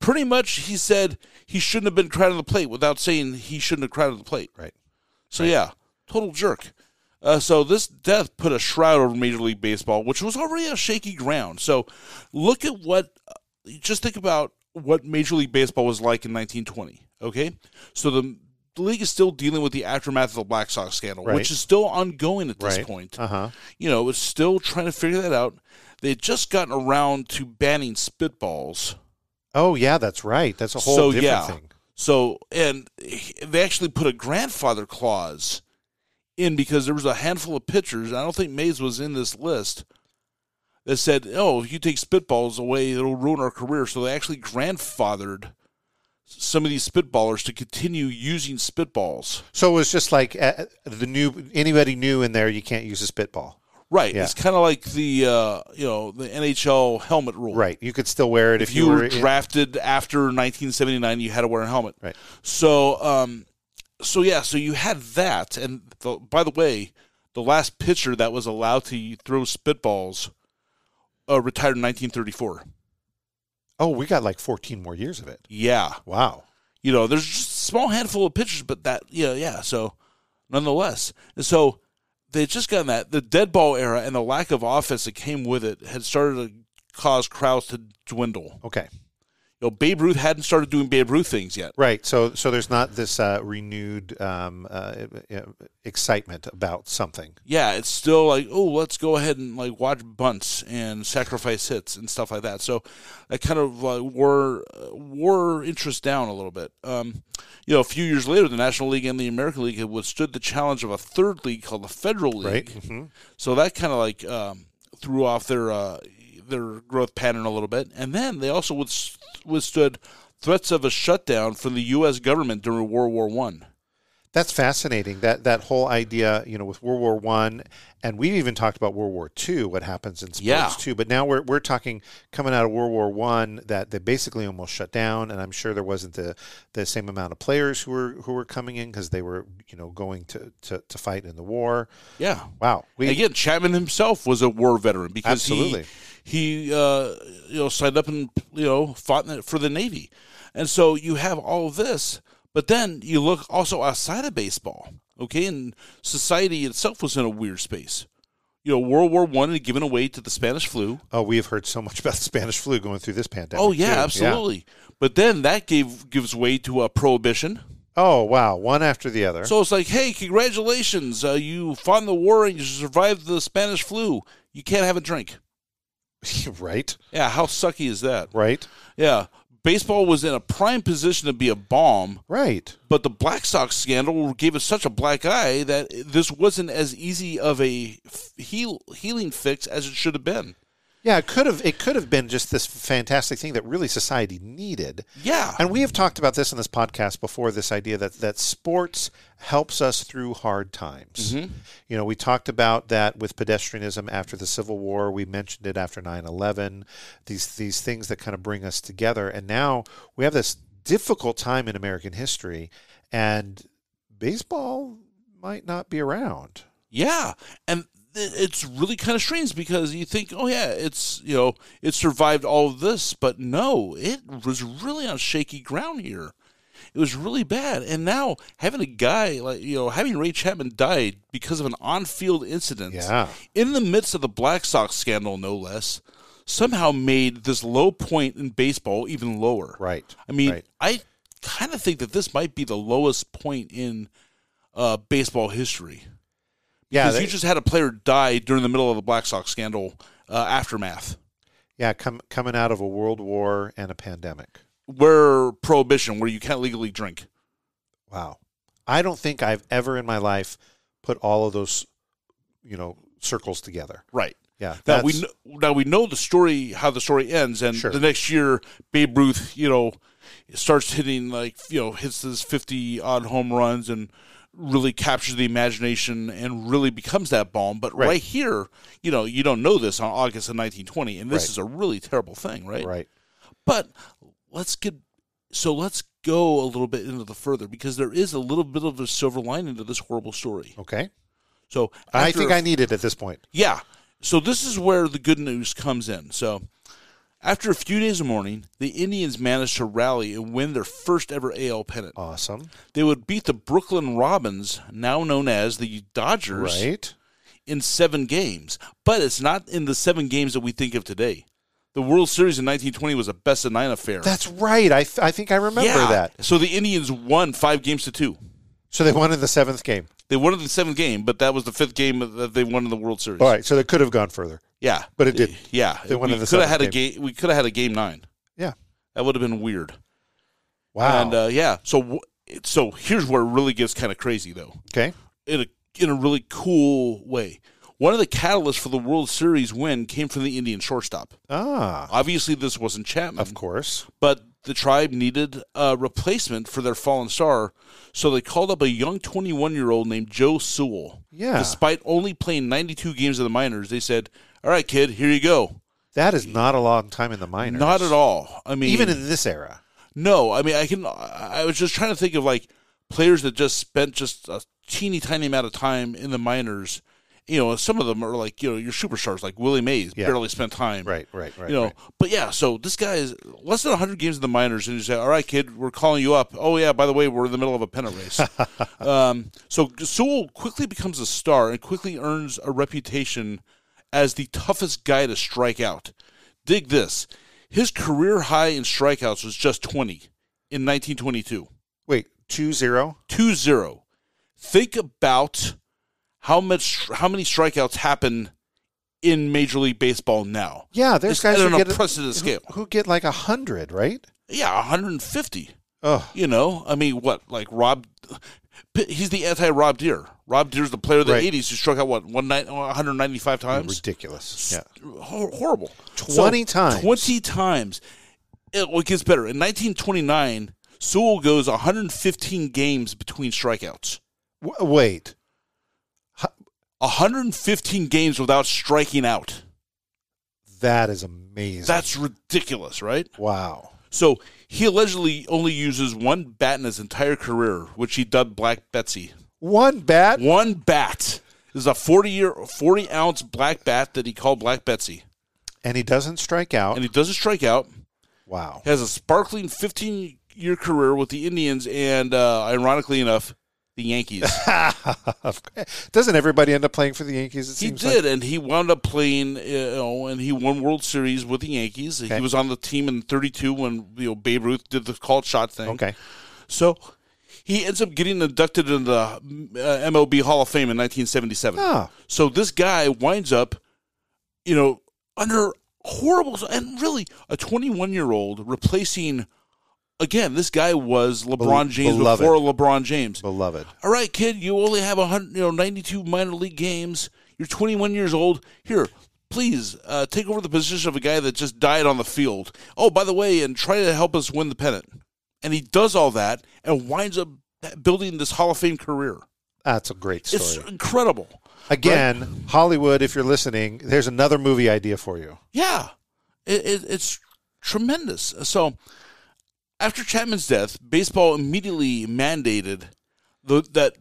Speaker 7: Pretty much, he said he shouldn't have been crowded the plate without saying he shouldn't have crowded the plate. Right. So yeah, total jerk. Uh, so this death put a shroud over Major League Baseball, which was already a shaky ground. So look at what, just think about what Major League Baseball was like in 1920. Okay, so the, the league is still dealing with the aftermath of the Black Sox scandal,
Speaker 6: Right.
Speaker 7: which is still ongoing at this
Speaker 6: Right.
Speaker 7: point.
Speaker 6: Uh-huh.
Speaker 7: You know, it's still trying to figure that out. They had just gotten around to banning spitballs.
Speaker 6: Oh yeah, that's right. That's a whole different thing.
Speaker 7: So and they actually put a grandfather clause in because there was a handful of pitchers. and I don't think Mays was in this list that said, "Oh, if you take spitballs away, it'll ruin our career." So they actually grandfathered some of these spitballers to continue using spitballs.
Speaker 6: So it was just like uh, the new anybody new in there, you can't use a spitball.
Speaker 7: Right.
Speaker 6: Yeah.
Speaker 7: It's kind of like the uh, you know the NHL helmet rule.
Speaker 6: Right. You could still wear it if,
Speaker 7: if you were
Speaker 6: in-
Speaker 7: drafted after 1979, you had to wear a helmet. Right. So, um, so yeah, so you had that, and the, by the way, the last pitcher that was allowed to throw spitballs uh, retired in 1934.
Speaker 6: Oh, we got like 14 more years of it.
Speaker 7: Yeah.
Speaker 6: Wow.
Speaker 7: You know, there's just a small handful of pitchers, but that, yeah, yeah. So, nonetheless, and so they just gotten that the dead ball era and the lack of offense that came with it had started to cause crowds to dwindle.
Speaker 6: Okay.
Speaker 7: You know, Babe Ruth hadn't started doing Babe Ruth things yet.
Speaker 6: Right. So so there's not this uh, renewed um, uh, uh, excitement about something.
Speaker 7: yeah, it's still like, oh, let's go ahead and like watch bunts and sacrifice hits and stuff like that. So that kind of like wore uh, wore interest down a little bit. Um, you know, a few years later, the National League and the American League had withstood the challenge of a third league called the Federal League.
Speaker 6: Right. Mhm.
Speaker 7: So that kind of like um, threw off their uh, their growth pattern a little bit, and then they also withs- withstood threats of a shutdown from the U.S. government during World War One.
Speaker 6: That's fascinating. That that whole idea, you know, with World War One, and we've even talked about World War Two, what happens in sports
Speaker 7: Yeah.
Speaker 6: too. But now we're we're talking coming out of World War One that they basically almost shut down, and I'm sure there wasn't the the same amount of players who were who were coming in because they were you know going to, to to fight in the war.
Speaker 7: Yeah.
Speaker 6: Wow. We-
Speaker 7: Again, Chapman himself was a war veteran because
Speaker 6: Absolutely.
Speaker 7: he he uh, you know signed up and you know fought in the, for the Navy, and so you have all this, but then you look also outside of baseball, okay, and society itself was in a weird space. You know, World War One had given away to the Spanish flu.
Speaker 6: Oh, we have heard so much about the Spanish flu going through this pandemic.
Speaker 7: Oh
Speaker 6: too.
Speaker 7: yeah, absolutely. But then that gave gives way to a prohibition.
Speaker 6: Oh wow, one after the other.
Speaker 7: So it's like, hey, congratulations, uh, you fought in the war and you survived the Spanish flu. You can't have a drink.
Speaker 6: right?
Speaker 7: Yeah, how sucky is that?
Speaker 6: Right.
Speaker 7: Yeah. Baseball was in a prime position to be a bomb.
Speaker 6: Right.
Speaker 7: But the Black Sox scandal gave us such a black eye that this wasn't as easy of a f- heal, healing fix as it should have been.
Speaker 6: Yeah, it could have it could have been just this fantastic thing that really society needed.
Speaker 7: Yeah.
Speaker 6: And we have talked about this in this podcast before this idea that that sports helps us through hard times. You know, we talked about that with pedestrianism after the Civil War, we mentioned it after 9/11, these these things that kind of bring us together. And now we have this difficult time in American history and baseball might not be around.
Speaker 7: Yeah, and th- it's really kind of strange because you think, oh yeah, it's you know it survived all of this, but no, it was really on shaky ground here. It was really bad, and now having a guy like you know having Ray Chapman died because of an on-field incident,
Speaker 6: Yeah.
Speaker 7: in the midst of the Black Sox scandal, no less, somehow made this low point in baseball even lower.
Speaker 6: Right.
Speaker 7: I mean,
Speaker 6: Right.
Speaker 7: I kind of think that this might be the lowest point in uh, baseball history.
Speaker 6: Yeah,
Speaker 7: Because
Speaker 6: they-
Speaker 7: you just had a player die during the middle of the Black Sox scandal uh, aftermath,
Speaker 6: Yeah, com- coming out of a world war and a pandemic.
Speaker 7: where prohibition, where you can't legally drink.
Speaker 6: Wow. I don't think I've ever in my life put all of those, you know, circles together.
Speaker 7: Right.
Speaker 6: Yeah.
Speaker 7: Now we
Speaker 6: that's-
Speaker 7: know, now we know the story how the story ends, and
Speaker 6: Sure.
Speaker 7: the next year Babe Ruth, you know, starts hitting like you know hits his fifty odd home runs and really captures the imagination and really becomes that bomb. But right,
Speaker 6: Right.
Speaker 7: here, you know, you don't know this on August of nineteen twenty, and this
Speaker 6: Right.
Speaker 7: is a really terrible thing, right?
Speaker 6: Right.
Speaker 7: But let's get so let's go a little bit into the further because there is a little bit of a silver lining to this horrible story.
Speaker 6: Okay.
Speaker 7: So
Speaker 6: Oh. I
Speaker 7: after-
Speaker 6: think I need it at this point.
Speaker 7: Yeah. So this is where the good news comes in. So after a few days of mourning, the Indians managed to rally and win their first ever AL pennant.
Speaker 6: Awesome.
Speaker 7: They would beat the Brooklyn Robins, now known as the Dodgers,
Speaker 6: Right.
Speaker 7: in seven games. But it's not in the seven games that we think of today. The World Series in 1920 was a best of nine affair.
Speaker 6: That's right. I, th- I think I remember
Speaker 7: Yeah.
Speaker 6: that.
Speaker 7: So the Indians won five games to two.
Speaker 6: So they won in the seventh game.
Speaker 7: They won in the seventh game, but that was the fifth game that they won in the World Series.
Speaker 6: All right. So they could have gone further.
Speaker 7: Yeah,
Speaker 6: But it didn't.
Speaker 7: Yeah,
Speaker 6: They won
Speaker 7: we
Speaker 6: in the
Speaker 7: could have had
Speaker 6: seventh
Speaker 7: a game. We could have had a game nine.
Speaker 6: Yeah.
Speaker 7: That would have been weird.
Speaker 6: Wow.
Speaker 7: And uh, yeah, so w- it- so here's where it really gets kind of crazy though,
Speaker 6: okay.
Speaker 7: in a in a really cool way. One of the catalysts for the World Series win came from the Indian shortstop.
Speaker 6: Ah,
Speaker 7: Obviously, this wasn't Chapman,
Speaker 6: of course.
Speaker 7: but the tribe needed a replacement for their fallen star, so they called up a young 21 year old named Joe Sewell.
Speaker 6: Yeah.
Speaker 7: Despite only playing 92 games of the minors, they said, "All right, kid, here you go."
Speaker 6: That is not a long time in the minors.
Speaker 7: Not at all. I mean,
Speaker 6: Even in this era.
Speaker 7: no. I mean, I can. I I was just trying to think of like players that just spent just a teeny tiny amount of time in the minors. You know, some of them are like you know your superstars, like Willie Mays,
Speaker 6: Yeah.
Speaker 7: barely spent time.
Speaker 6: Right, right, right.
Speaker 7: you know,
Speaker 6: right.
Speaker 7: but yeah. So this guy is less than 100 games in the minors, and you say, "All right, kid, we're calling you up." Oh yeah, by the way, we're in the middle of a pennant race. um, so Sewell quickly becomes a star and quickly earns a reputation as the toughest guy to strike out. Dig this: his career high in strikeouts was just 20 in 1922.
Speaker 6: Wait, 2 0?
Speaker 7: Two zero. Think about how much, how many strikeouts happen in Major League Baseball now.
Speaker 6: Yeah, there's
Speaker 7: It's
Speaker 6: guys
Speaker 7: at
Speaker 6: who
Speaker 7: an
Speaker 6: get,
Speaker 7: unprecedented scale.
Speaker 6: Who, who get like 100, right?
Speaker 7: Yeah, 150.
Speaker 6: Oh,
Speaker 7: You know, I mean, what like Rob? P- He's the anti-Rob Deer. Rob Deer's the player of the
Speaker 6: Right.
Speaker 7: '80s who struck out what one nine- 195 times.
Speaker 6: ridiculous. Yeah.
Speaker 7: Hor- horrible.
Speaker 6: 20 times.
Speaker 7: Twenty times. It, well, it gets better. In 1929, Sewell goes 115 games between strikeouts.
Speaker 6: W- wait.
Speaker 7: 115 games without striking out.
Speaker 6: That is amazing.
Speaker 7: That's ridiculous, right?
Speaker 6: wow.
Speaker 7: So he allegedly only uses one bat in his entire career, which he dubbed Black Betsy.
Speaker 6: One bat.
Speaker 7: One bat. This is a forty year forty ounce black bat that he called Black Betsy.
Speaker 6: And he doesn't strike out.
Speaker 7: And he doesn't strike out.
Speaker 6: wow.
Speaker 7: Has a sparkling fifteen year career with the Indians and uh, ironically enough, the Yankees.
Speaker 6: doesn't everybody end up playing for the Yankees? It
Speaker 7: he
Speaker 6: seems
Speaker 7: did,
Speaker 6: Like?
Speaker 7: and he wound up playing, uh, you know, and he won World Series with the Yankees.
Speaker 6: Okay.
Speaker 7: He was on the team in '32 when you know Babe Ruth did the called shot thing.
Speaker 6: Okay.
Speaker 7: So he ends up getting inducted into the uh, MLB Hall of Fame in 1977.
Speaker 6: Ah.
Speaker 7: So this guy winds up, you know, under horrible and really a 21 year old replacing. Again, this guy was LeBron
Speaker 6: Bel-
Speaker 7: James
Speaker 6: beloved.
Speaker 7: before LeBron James.
Speaker 6: Beloved.
Speaker 7: All right, kid, you only have a hundred, you know, 92 minor league games. You're 21 years old. Here, please uh, take over the position of a guy that just died on the field. Oh, by the way, and try to help us win the pennant. And he does all that and winds up building this Hall of Fame career.
Speaker 6: That's a great story.
Speaker 7: It's incredible.
Speaker 6: Again, Hollywood, if you're listening, there's another movie idea for you.
Speaker 7: Yeah, it, it, it's tremendous. So, after Chapman's death, baseball immediately mandated the, that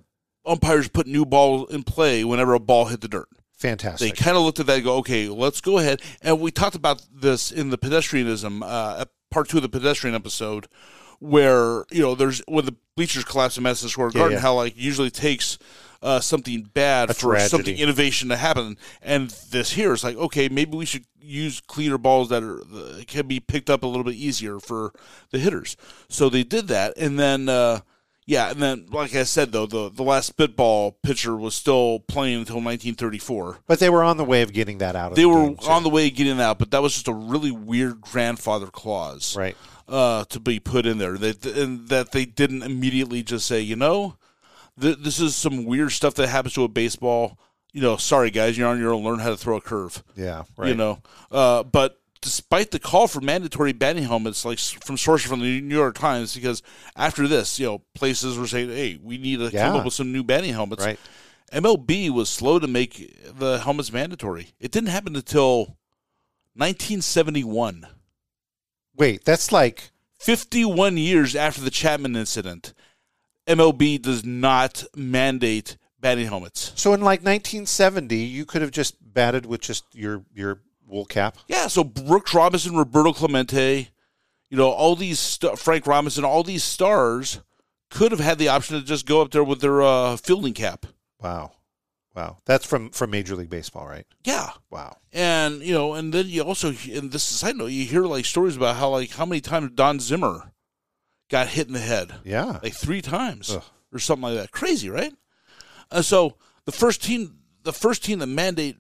Speaker 7: umpires put new ball in play whenever a ball hit the dirt. They
Speaker 6: Fantastic.
Speaker 7: kind of looked at that and go, okay, let's go ahead. And we talked about this in the pedestrianism, uh, ep- part two of the pedestrian episode, where, you know, there's when the bleachers collapse in Madison Square
Speaker 6: Yeah,
Speaker 7: Garden,
Speaker 6: yeah.
Speaker 7: how, like, usually takes uh, something bad
Speaker 6: A
Speaker 7: for something
Speaker 6: tragedy.
Speaker 7: innovation to happen. And this here is like, okay, maybe we should use cleaner balls that are that can be picked up a little bit easier for the hitters. So they did that, and then. Uh, yeah, and then, like I said, though the, the last spitball pitcher was still playing until 1934
Speaker 6: but they were on the way of getting that out of
Speaker 7: they
Speaker 6: the
Speaker 7: were
Speaker 6: game, too.
Speaker 7: on the way to getting out, but that was just a really weird grandfather clause,
Speaker 6: Right.
Speaker 7: Uh, to be put in there, that and that they didn't immediately just say, you know, th- this is some weird stuff that happens to a baseball. You know, sorry guys, you're on your own. Learn how to throw a curve.
Speaker 6: Yeah, right.
Speaker 7: You know, uh, but despite the call for mandatory batting helmets, like s- from sources from the New York Times, because after this, you know, places were saying, hey, we need to
Speaker 6: Yeah.
Speaker 7: come up with some new batting helmets.
Speaker 6: Right.
Speaker 7: MLB was slow to make the helmets mandatory. It didn't happen until 1971,
Speaker 6: Wait, that's like
Speaker 7: 51 years after the Chapman incident. MLB does not mandate batting helmets.
Speaker 6: So in like 1970, you could have just batted with just your your wool cap.
Speaker 7: Yeah, so Brooks Robinson, Roberto Clemente, you know, all these st- Frank Robinson, all these stars could have had the option to just go up there with their uh, fielding cap.
Speaker 6: Wow, wow, that's from from Major League Baseball, right?
Speaker 7: Yeah,
Speaker 6: Wow.
Speaker 7: and you know, and then you also, and this is I know you hear like stories about how like how many times Don Zimmer got hit in the head.
Speaker 6: Yeah.
Speaker 7: like three times
Speaker 6: Ugh.
Speaker 7: or something like that. Crazy, right? Uh, so the first team, the first team that mandate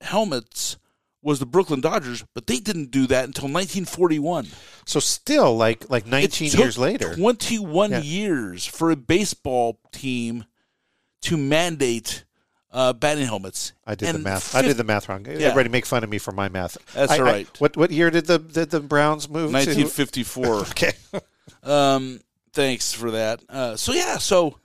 Speaker 7: helmets was the Brooklyn Dodgers, but they didn't do that until 1941.
Speaker 6: So still like like 19
Speaker 7: It took
Speaker 6: years later.
Speaker 7: 21
Speaker 6: Yeah.
Speaker 7: years for a baseball team to mandate uh, batting helmets.
Speaker 6: I did the
Speaker 7: And
Speaker 6: math. I did the math wrong. Everybody make fun of me for my math.
Speaker 7: That's
Speaker 6: I- I-
Speaker 7: all right.
Speaker 6: what what year did the did the Browns move to?
Speaker 7: 1954.
Speaker 6: Okay.
Speaker 7: Um, thanks for that. Uh, so yeah, so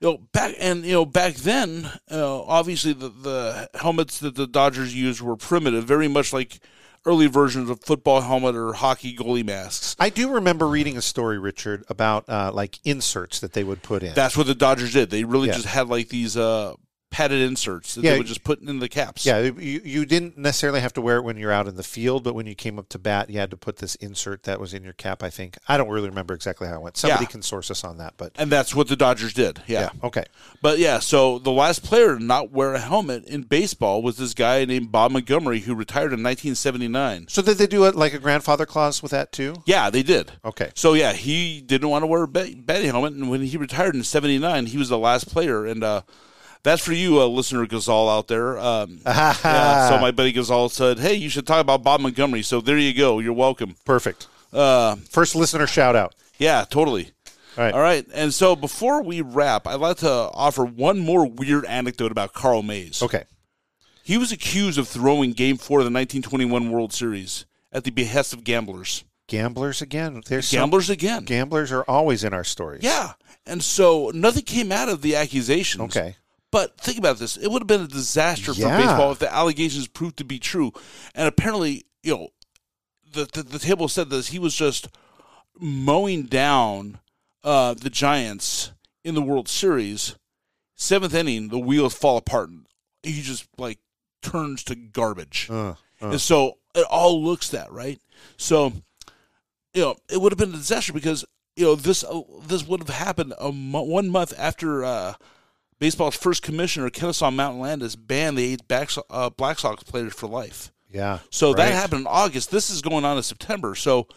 Speaker 7: you know back and you know back then, uh, obviously the the helmets that the Dodgers used were primitive, very much like early versions of football helmet or hockey goalie masks.
Speaker 6: I do remember reading a story, Richard, about uh, like inserts that they would put in.
Speaker 7: That's what the Dodgers did. They really
Speaker 6: Yeah.
Speaker 7: just had like these uh, padded inserts that
Speaker 6: Yeah.
Speaker 7: they would just put in the caps.
Speaker 6: yeah, you, you didn't necessarily have to wear it when you're out in the field, but when you came up to bat, you had to put this insert that was in your cap. I think I don't really remember exactly how it went. Somebody
Speaker 7: Yeah.
Speaker 6: can source us on that, but
Speaker 7: and that's what the Dodgers did.
Speaker 6: yeah, okay.
Speaker 7: But yeah, so the last player to not wear a helmet in baseball was this guy named Bob Montgomery, who retired in 1979.
Speaker 6: So did they do it like a grandfather clause with that too?
Speaker 7: Yeah, they did.
Speaker 6: Okay.
Speaker 7: So yeah, he didn't want to wear a ba- batting helmet, and when he retired in '79, he was the last player, and uh, that's for you, uh, listener Gazal out there. Um, yeah, so my buddy Gazal said, "Hey, you should talk about Bob Montgomery." So there you go. You're welcome. Uh,
Speaker 6: Perfect. First listener shout out.
Speaker 7: Yeah, totally.
Speaker 6: All right.
Speaker 7: All right, and so before we wrap, I'd like to offer one more weird anecdote about Carl Mays.
Speaker 6: Okay.
Speaker 7: He was accused of throwing Game Four of the 1921 World Series at the behest of gamblers.
Speaker 6: Gamblers again. There's some-
Speaker 7: Gamblers again.
Speaker 6: gamblers are always in our stories.
Speaker 7: Yeah. And so nothing came out of the accusations.
Speaker 6: Okay.
Speaker 7: But think about this. It would have been a disaster
Speaker 6: Yeah.
Speaker 7: for baseball if the allegations proved to be true. And apparently, you know, the, the, the table said this. He was just mowing down uh, the Giants in the World Series. Seventh inning, the wheels fall apart. And he just, like, turns to garbage.
Speaker 6: Uh, uh.
Speaker 7: And so it all looks that right. So you know it would have been a disaster because you know this uh, this would have happened a mo- one month after uh, baseball's first commissioner Kennesaw Mountain Landis banned the eight back, uh, Black Sox players for life.
Speaker 6: Yeah.
Speaker 7: So that
Speaker 6: right.
Speaker 7: happened in August. This is going on in September. So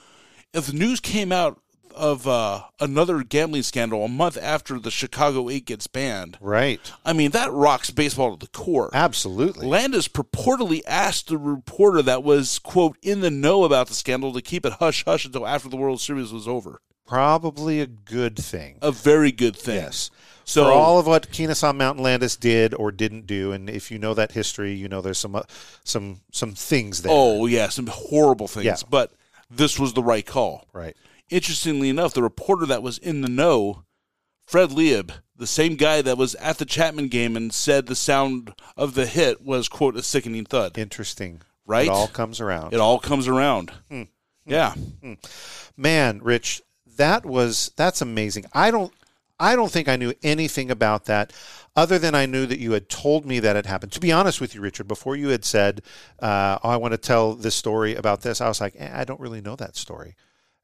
Speaker 7: if the news came out of uh, another gambling scandal a month after the Chicago Eight gets banned,
Speaker 6: Right.
Speaker 7: I mean that rocks baseball to the core.
Speaker 6: Absolutely.
Speaker 7: Landis purportedly asked the reporter that was, quote, in the know about the scandal to keep it hush hush until after the World Series was over.
Speaker 6: Probably a good thing.
Speaker 7: A very good thing.
Speaker 6: Yes.
Speaker 7: So,
Speaker 6: For all of what Kennesaw Mountain Landis did or didn't do, and if you know that history, you know there's some uh, some some things there.
Speaker 7: oh, yeah, some horrible things,
Speaker 6: Yeah.
Speaker 7: but this was the right call.
Speaker 6: right.
Speaker 7: Interestingly enough, the reporter that was in the know, Fred Lieb, the same guy that was at the Chapman game and said the sound of the hit was, quote, a sickening thud.
Speaker 6: Interesting.
Speaker 7: Right?
Speaker 6: It all comes around. Hmm.
Speaker 7: It all comes around. Yeah.
Speaker 6: Man, Rich, that was that's amazing. I don't I don't think I knew anything about that other than I knew that you had told me that it happened. To be honest with you, Richard, before you had said, uh, oh, I want to tell this story about this, I was like, eh, I don't really know that story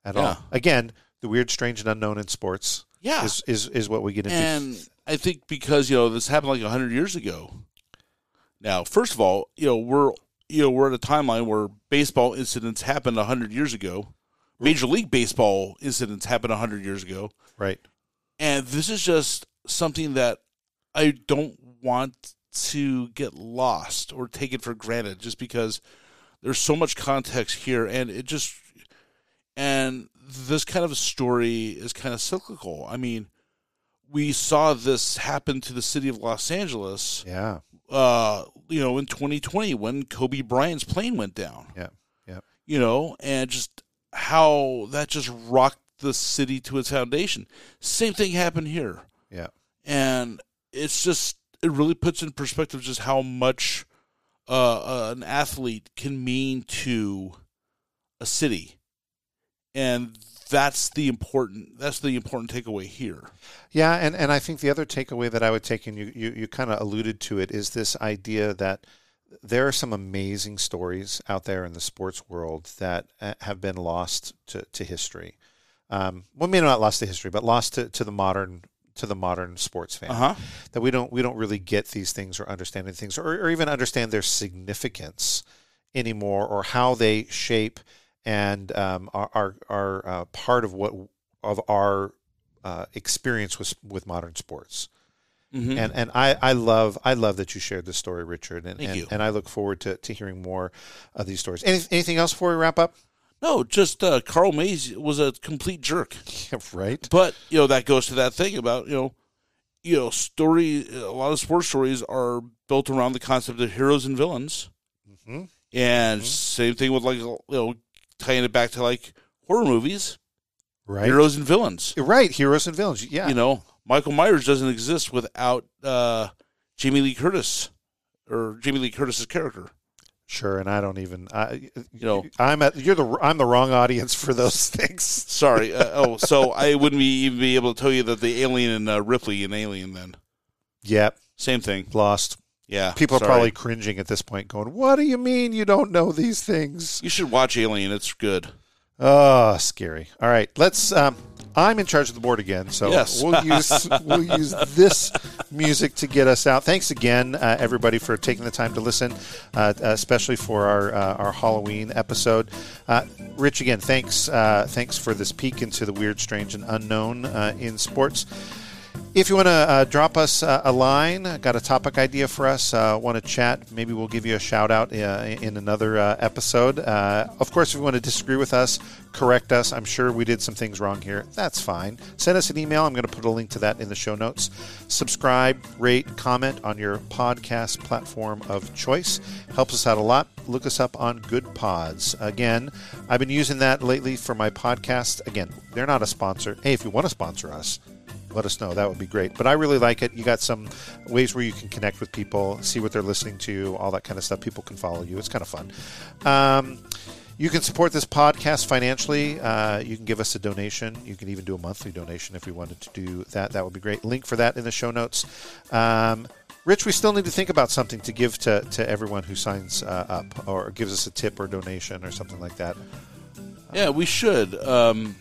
Speaker 6: at
Speaker 7: Yeah.
Speaker 6: all. Again, the weird, strange, and unknown in sports
Speaker 7: Yeah.
Speaker 6: is, is, is what we get into.
Speaker 7: And I think because you know this happened like hundred years ago. Now, first of all, you know we're you know we're at a timeline where baseball incidents happened hundred years ago. Major League Baseball incidents happened hundred years ago,
Speaker 6: right.
Speaker 7: and this is just something that I don't want to get lost or take it for granted, just because there's so much context here, and it just and this kind of a story is kind of cyclical. I mean, we saw this happen to the city of Los Angeles,
Speaker 6: Yeah.
Speaker 7: uh, you know, in 2020 when Kobe Bryant's plane went down,
Speaker 6: Yeah. Yeah.
Speaker 7: you know, and just how that just rocked the city to its foundation. Same thing happened here.
Speaker 6: Yeah.
Speaker 7: And it's just, it really puts in perspective just how much uh, uh, an athlete can mean to a city. And that's the important that's the important takeaway here.
Speaker 6: Yeah, and, and I think the other takeaway that I would take, and you, you, you kind of alluded to it, is this idea that there are some amazing stories out there in the sports world that uh, have been lost to, to history. Um, well, maybe not lost to history, but lost to, to the modern to the modern sports fan.
Speaker 7: Uh-huh.
Speaker 6: That we don't we don't really get these things or understand these things or, or even understand their significance anymore or how they shape and um, are are, are uh, part of what of our uh, experience with with modern sports.
Speaker 7: Mhm.
Speaker 6: And and I, I love I love that you shared this story, Richard. And
Speaker 7: Thank
Speaker 6: and,
Speaker 7: you.
Speaker 6: and I look forward to, to hearing more of these stories. Any, anything else before we wrap up?
Speaker 7: No, just uh, Carl Mays was a complete jerk.
Speaker 6: right.
Speaker 7: But you know that goes to that thing about you know, you know, story. A lot of sports stories are built around the concept of heroes and villains,
Speaker 6: Mhm.
Speaker 7: and same thing with like you know, tying it back to like horror movies,
Speaker 6: Right.
Speaker 7: heroes and villains.
Speaker 6: Right. Heroes and villains. Yeah.
Speaker 7: You know, Michael Myers doesn't exist without uh, Jamie Lee Curtis or Jamie Lee Curtis's character.
Speaker 6: Sure. And I don't even I
Speaker 7: You know,
Speaker 6: I'm at you're the I'm the wrong audience for those things.
Speaker 7: sorry. Uh, oh, so I wouldn't be, even be able to tell you that the alien and uh, Ripley and Alien then
Speaker 6: Yep.
Speaker 7: same thing.
Speaker 6: Lost.
Speaker 7: Yeah,
Speaker 6: People
Speaker 7: sorry.
Speaker 6: are probably cringing at this point, going, "What do you mean you don't know these things?"
Speaker 7: You should watch Alien. It's good.
Speaker 6: Oh, scary. All right, let's. Um, I'm in charge of the board again, so
Speaker 7: Yes.
Speaker 6: we'll use we'll use this music to get us out. Thanks again, uh, everybody, for taking the time to listen, uh, especially for our uh, our Halloween episode. Uh, Rich, again, thanks uh, thanks for this peek into the weird, strange, and unknown uh, in sports. If you want to uh, drop us uh, a line, uh, got a topic idea for us, uh, want to chat, maybe we'll give you a shout out uh, in another uh, episode. Uh, of course, if you want to disagree with us, correct us. I'm sure we did some things wrong here. That's fine. Send us an email. I'm going to put a link to that in the show notes. Subscribe, rate, comment on your podcast platform of choice. Helps us out a lot. Look us up on Good Pods. Again, I've been using that lately for my podcast. Again, they're not a sponsor. Hey, if you want to sponsor us, let us know. That would be great. But I really like it. You got some ways where you can connect with people, see what they're listening to, all that kind of stuff. People can follow you. It's kind of fun. Um, you can support this podcast financially. Uh, you can give us a donation. You can even do a monthly donation if we wanted to do that. That would be great. Link for that in the show notes. Um, Rich, we still need to think about something to give to, to everyone who signs uh, up or gives us a tip or donation or something like that.
Speaker 7: Yeah, we should. Um,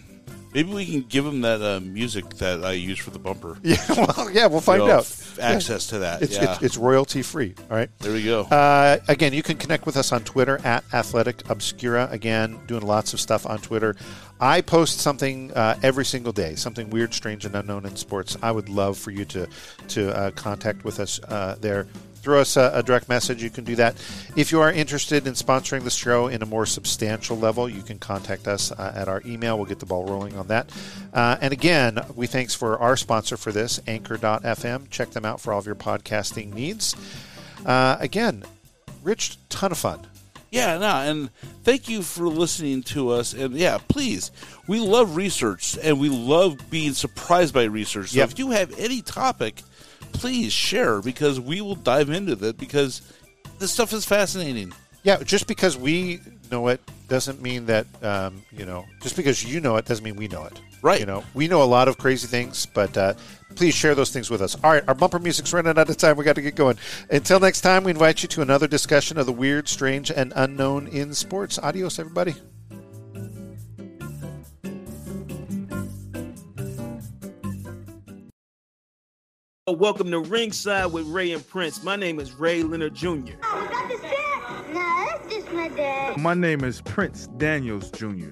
Speaker 7: maybe we can give them that uh, music that I use for the bumper.
Speaker 6: Yeah, well, yeah, we'll find
Speaker 7: You know,
Speaker 6: out.
Speaker 7: f- access to that,
Speaker 6: It's,
Speaker 7: yeah.
Speaker 6: it's, it's royalty free. All right.
Speaker 7: There we go.
Speaker 6: Uh, again, you can connect with us on Twitter at Athletic Obscura. Again, doing lots of stuff on Twitter. I post something uh, every single day, something weird, strange, and unknown in sports. I would love for you to to uh, contact with us uh, there. Throw us a, a direct message. You can do that. If you are interested in sponsoring the show in a more substantial level, you can contact us uh, at our email. We'll get the ball rolling on that. Uh, and again, we thanks for our sponsor for this, Anchor.fm. Check them out for all of your podcasting needs. Uh, again, Rich, ton of fun.
Speaker 7: Yeah, no, and thank you for listening to us. And yeah, please, we love research and we love being surprised by research. So
Speaker 6: Yep.
Speaker 7: if you have any topic, please share because we will dive into that because this stuff is fascinating.
Speaker 6: Yeah, just because we know it doesn't mean that um, you know. Just because you know it doesn't mean we know it.
Speaker 7: Right.
Speaker 6: You know, we know a lot of crazy things, but uh, please share those things with us. All right, our bumper music's running out of time. We got to get going. Until next time, we invite you to another discussion of the weird, strange, and unknown in sports. Adios, everybody.
Speaker 12: Welcome to Ringside uh, with Ray and Prince. My name is Ray Leonard Jr.
Speaker 13: Is that the dad? No, that's just my dad.
Speaker 14: My name is Prince Daniels Jr.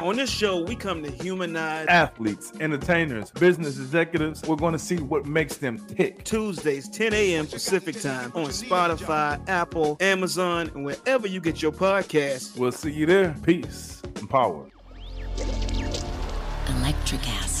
Speaker 12: On this show, we come to humanize
Speaker 14: Athletes, entertainers, business executives, we're going to see what makes them tick.
Speaker 12: Tuesdays, 10 a.m. Pacific time on Spotify, Apple, Amazon, and wherever you get your podcasts.
Speaker 14: We'll see you there. Peace and power.
Speaker 15: Electric acid.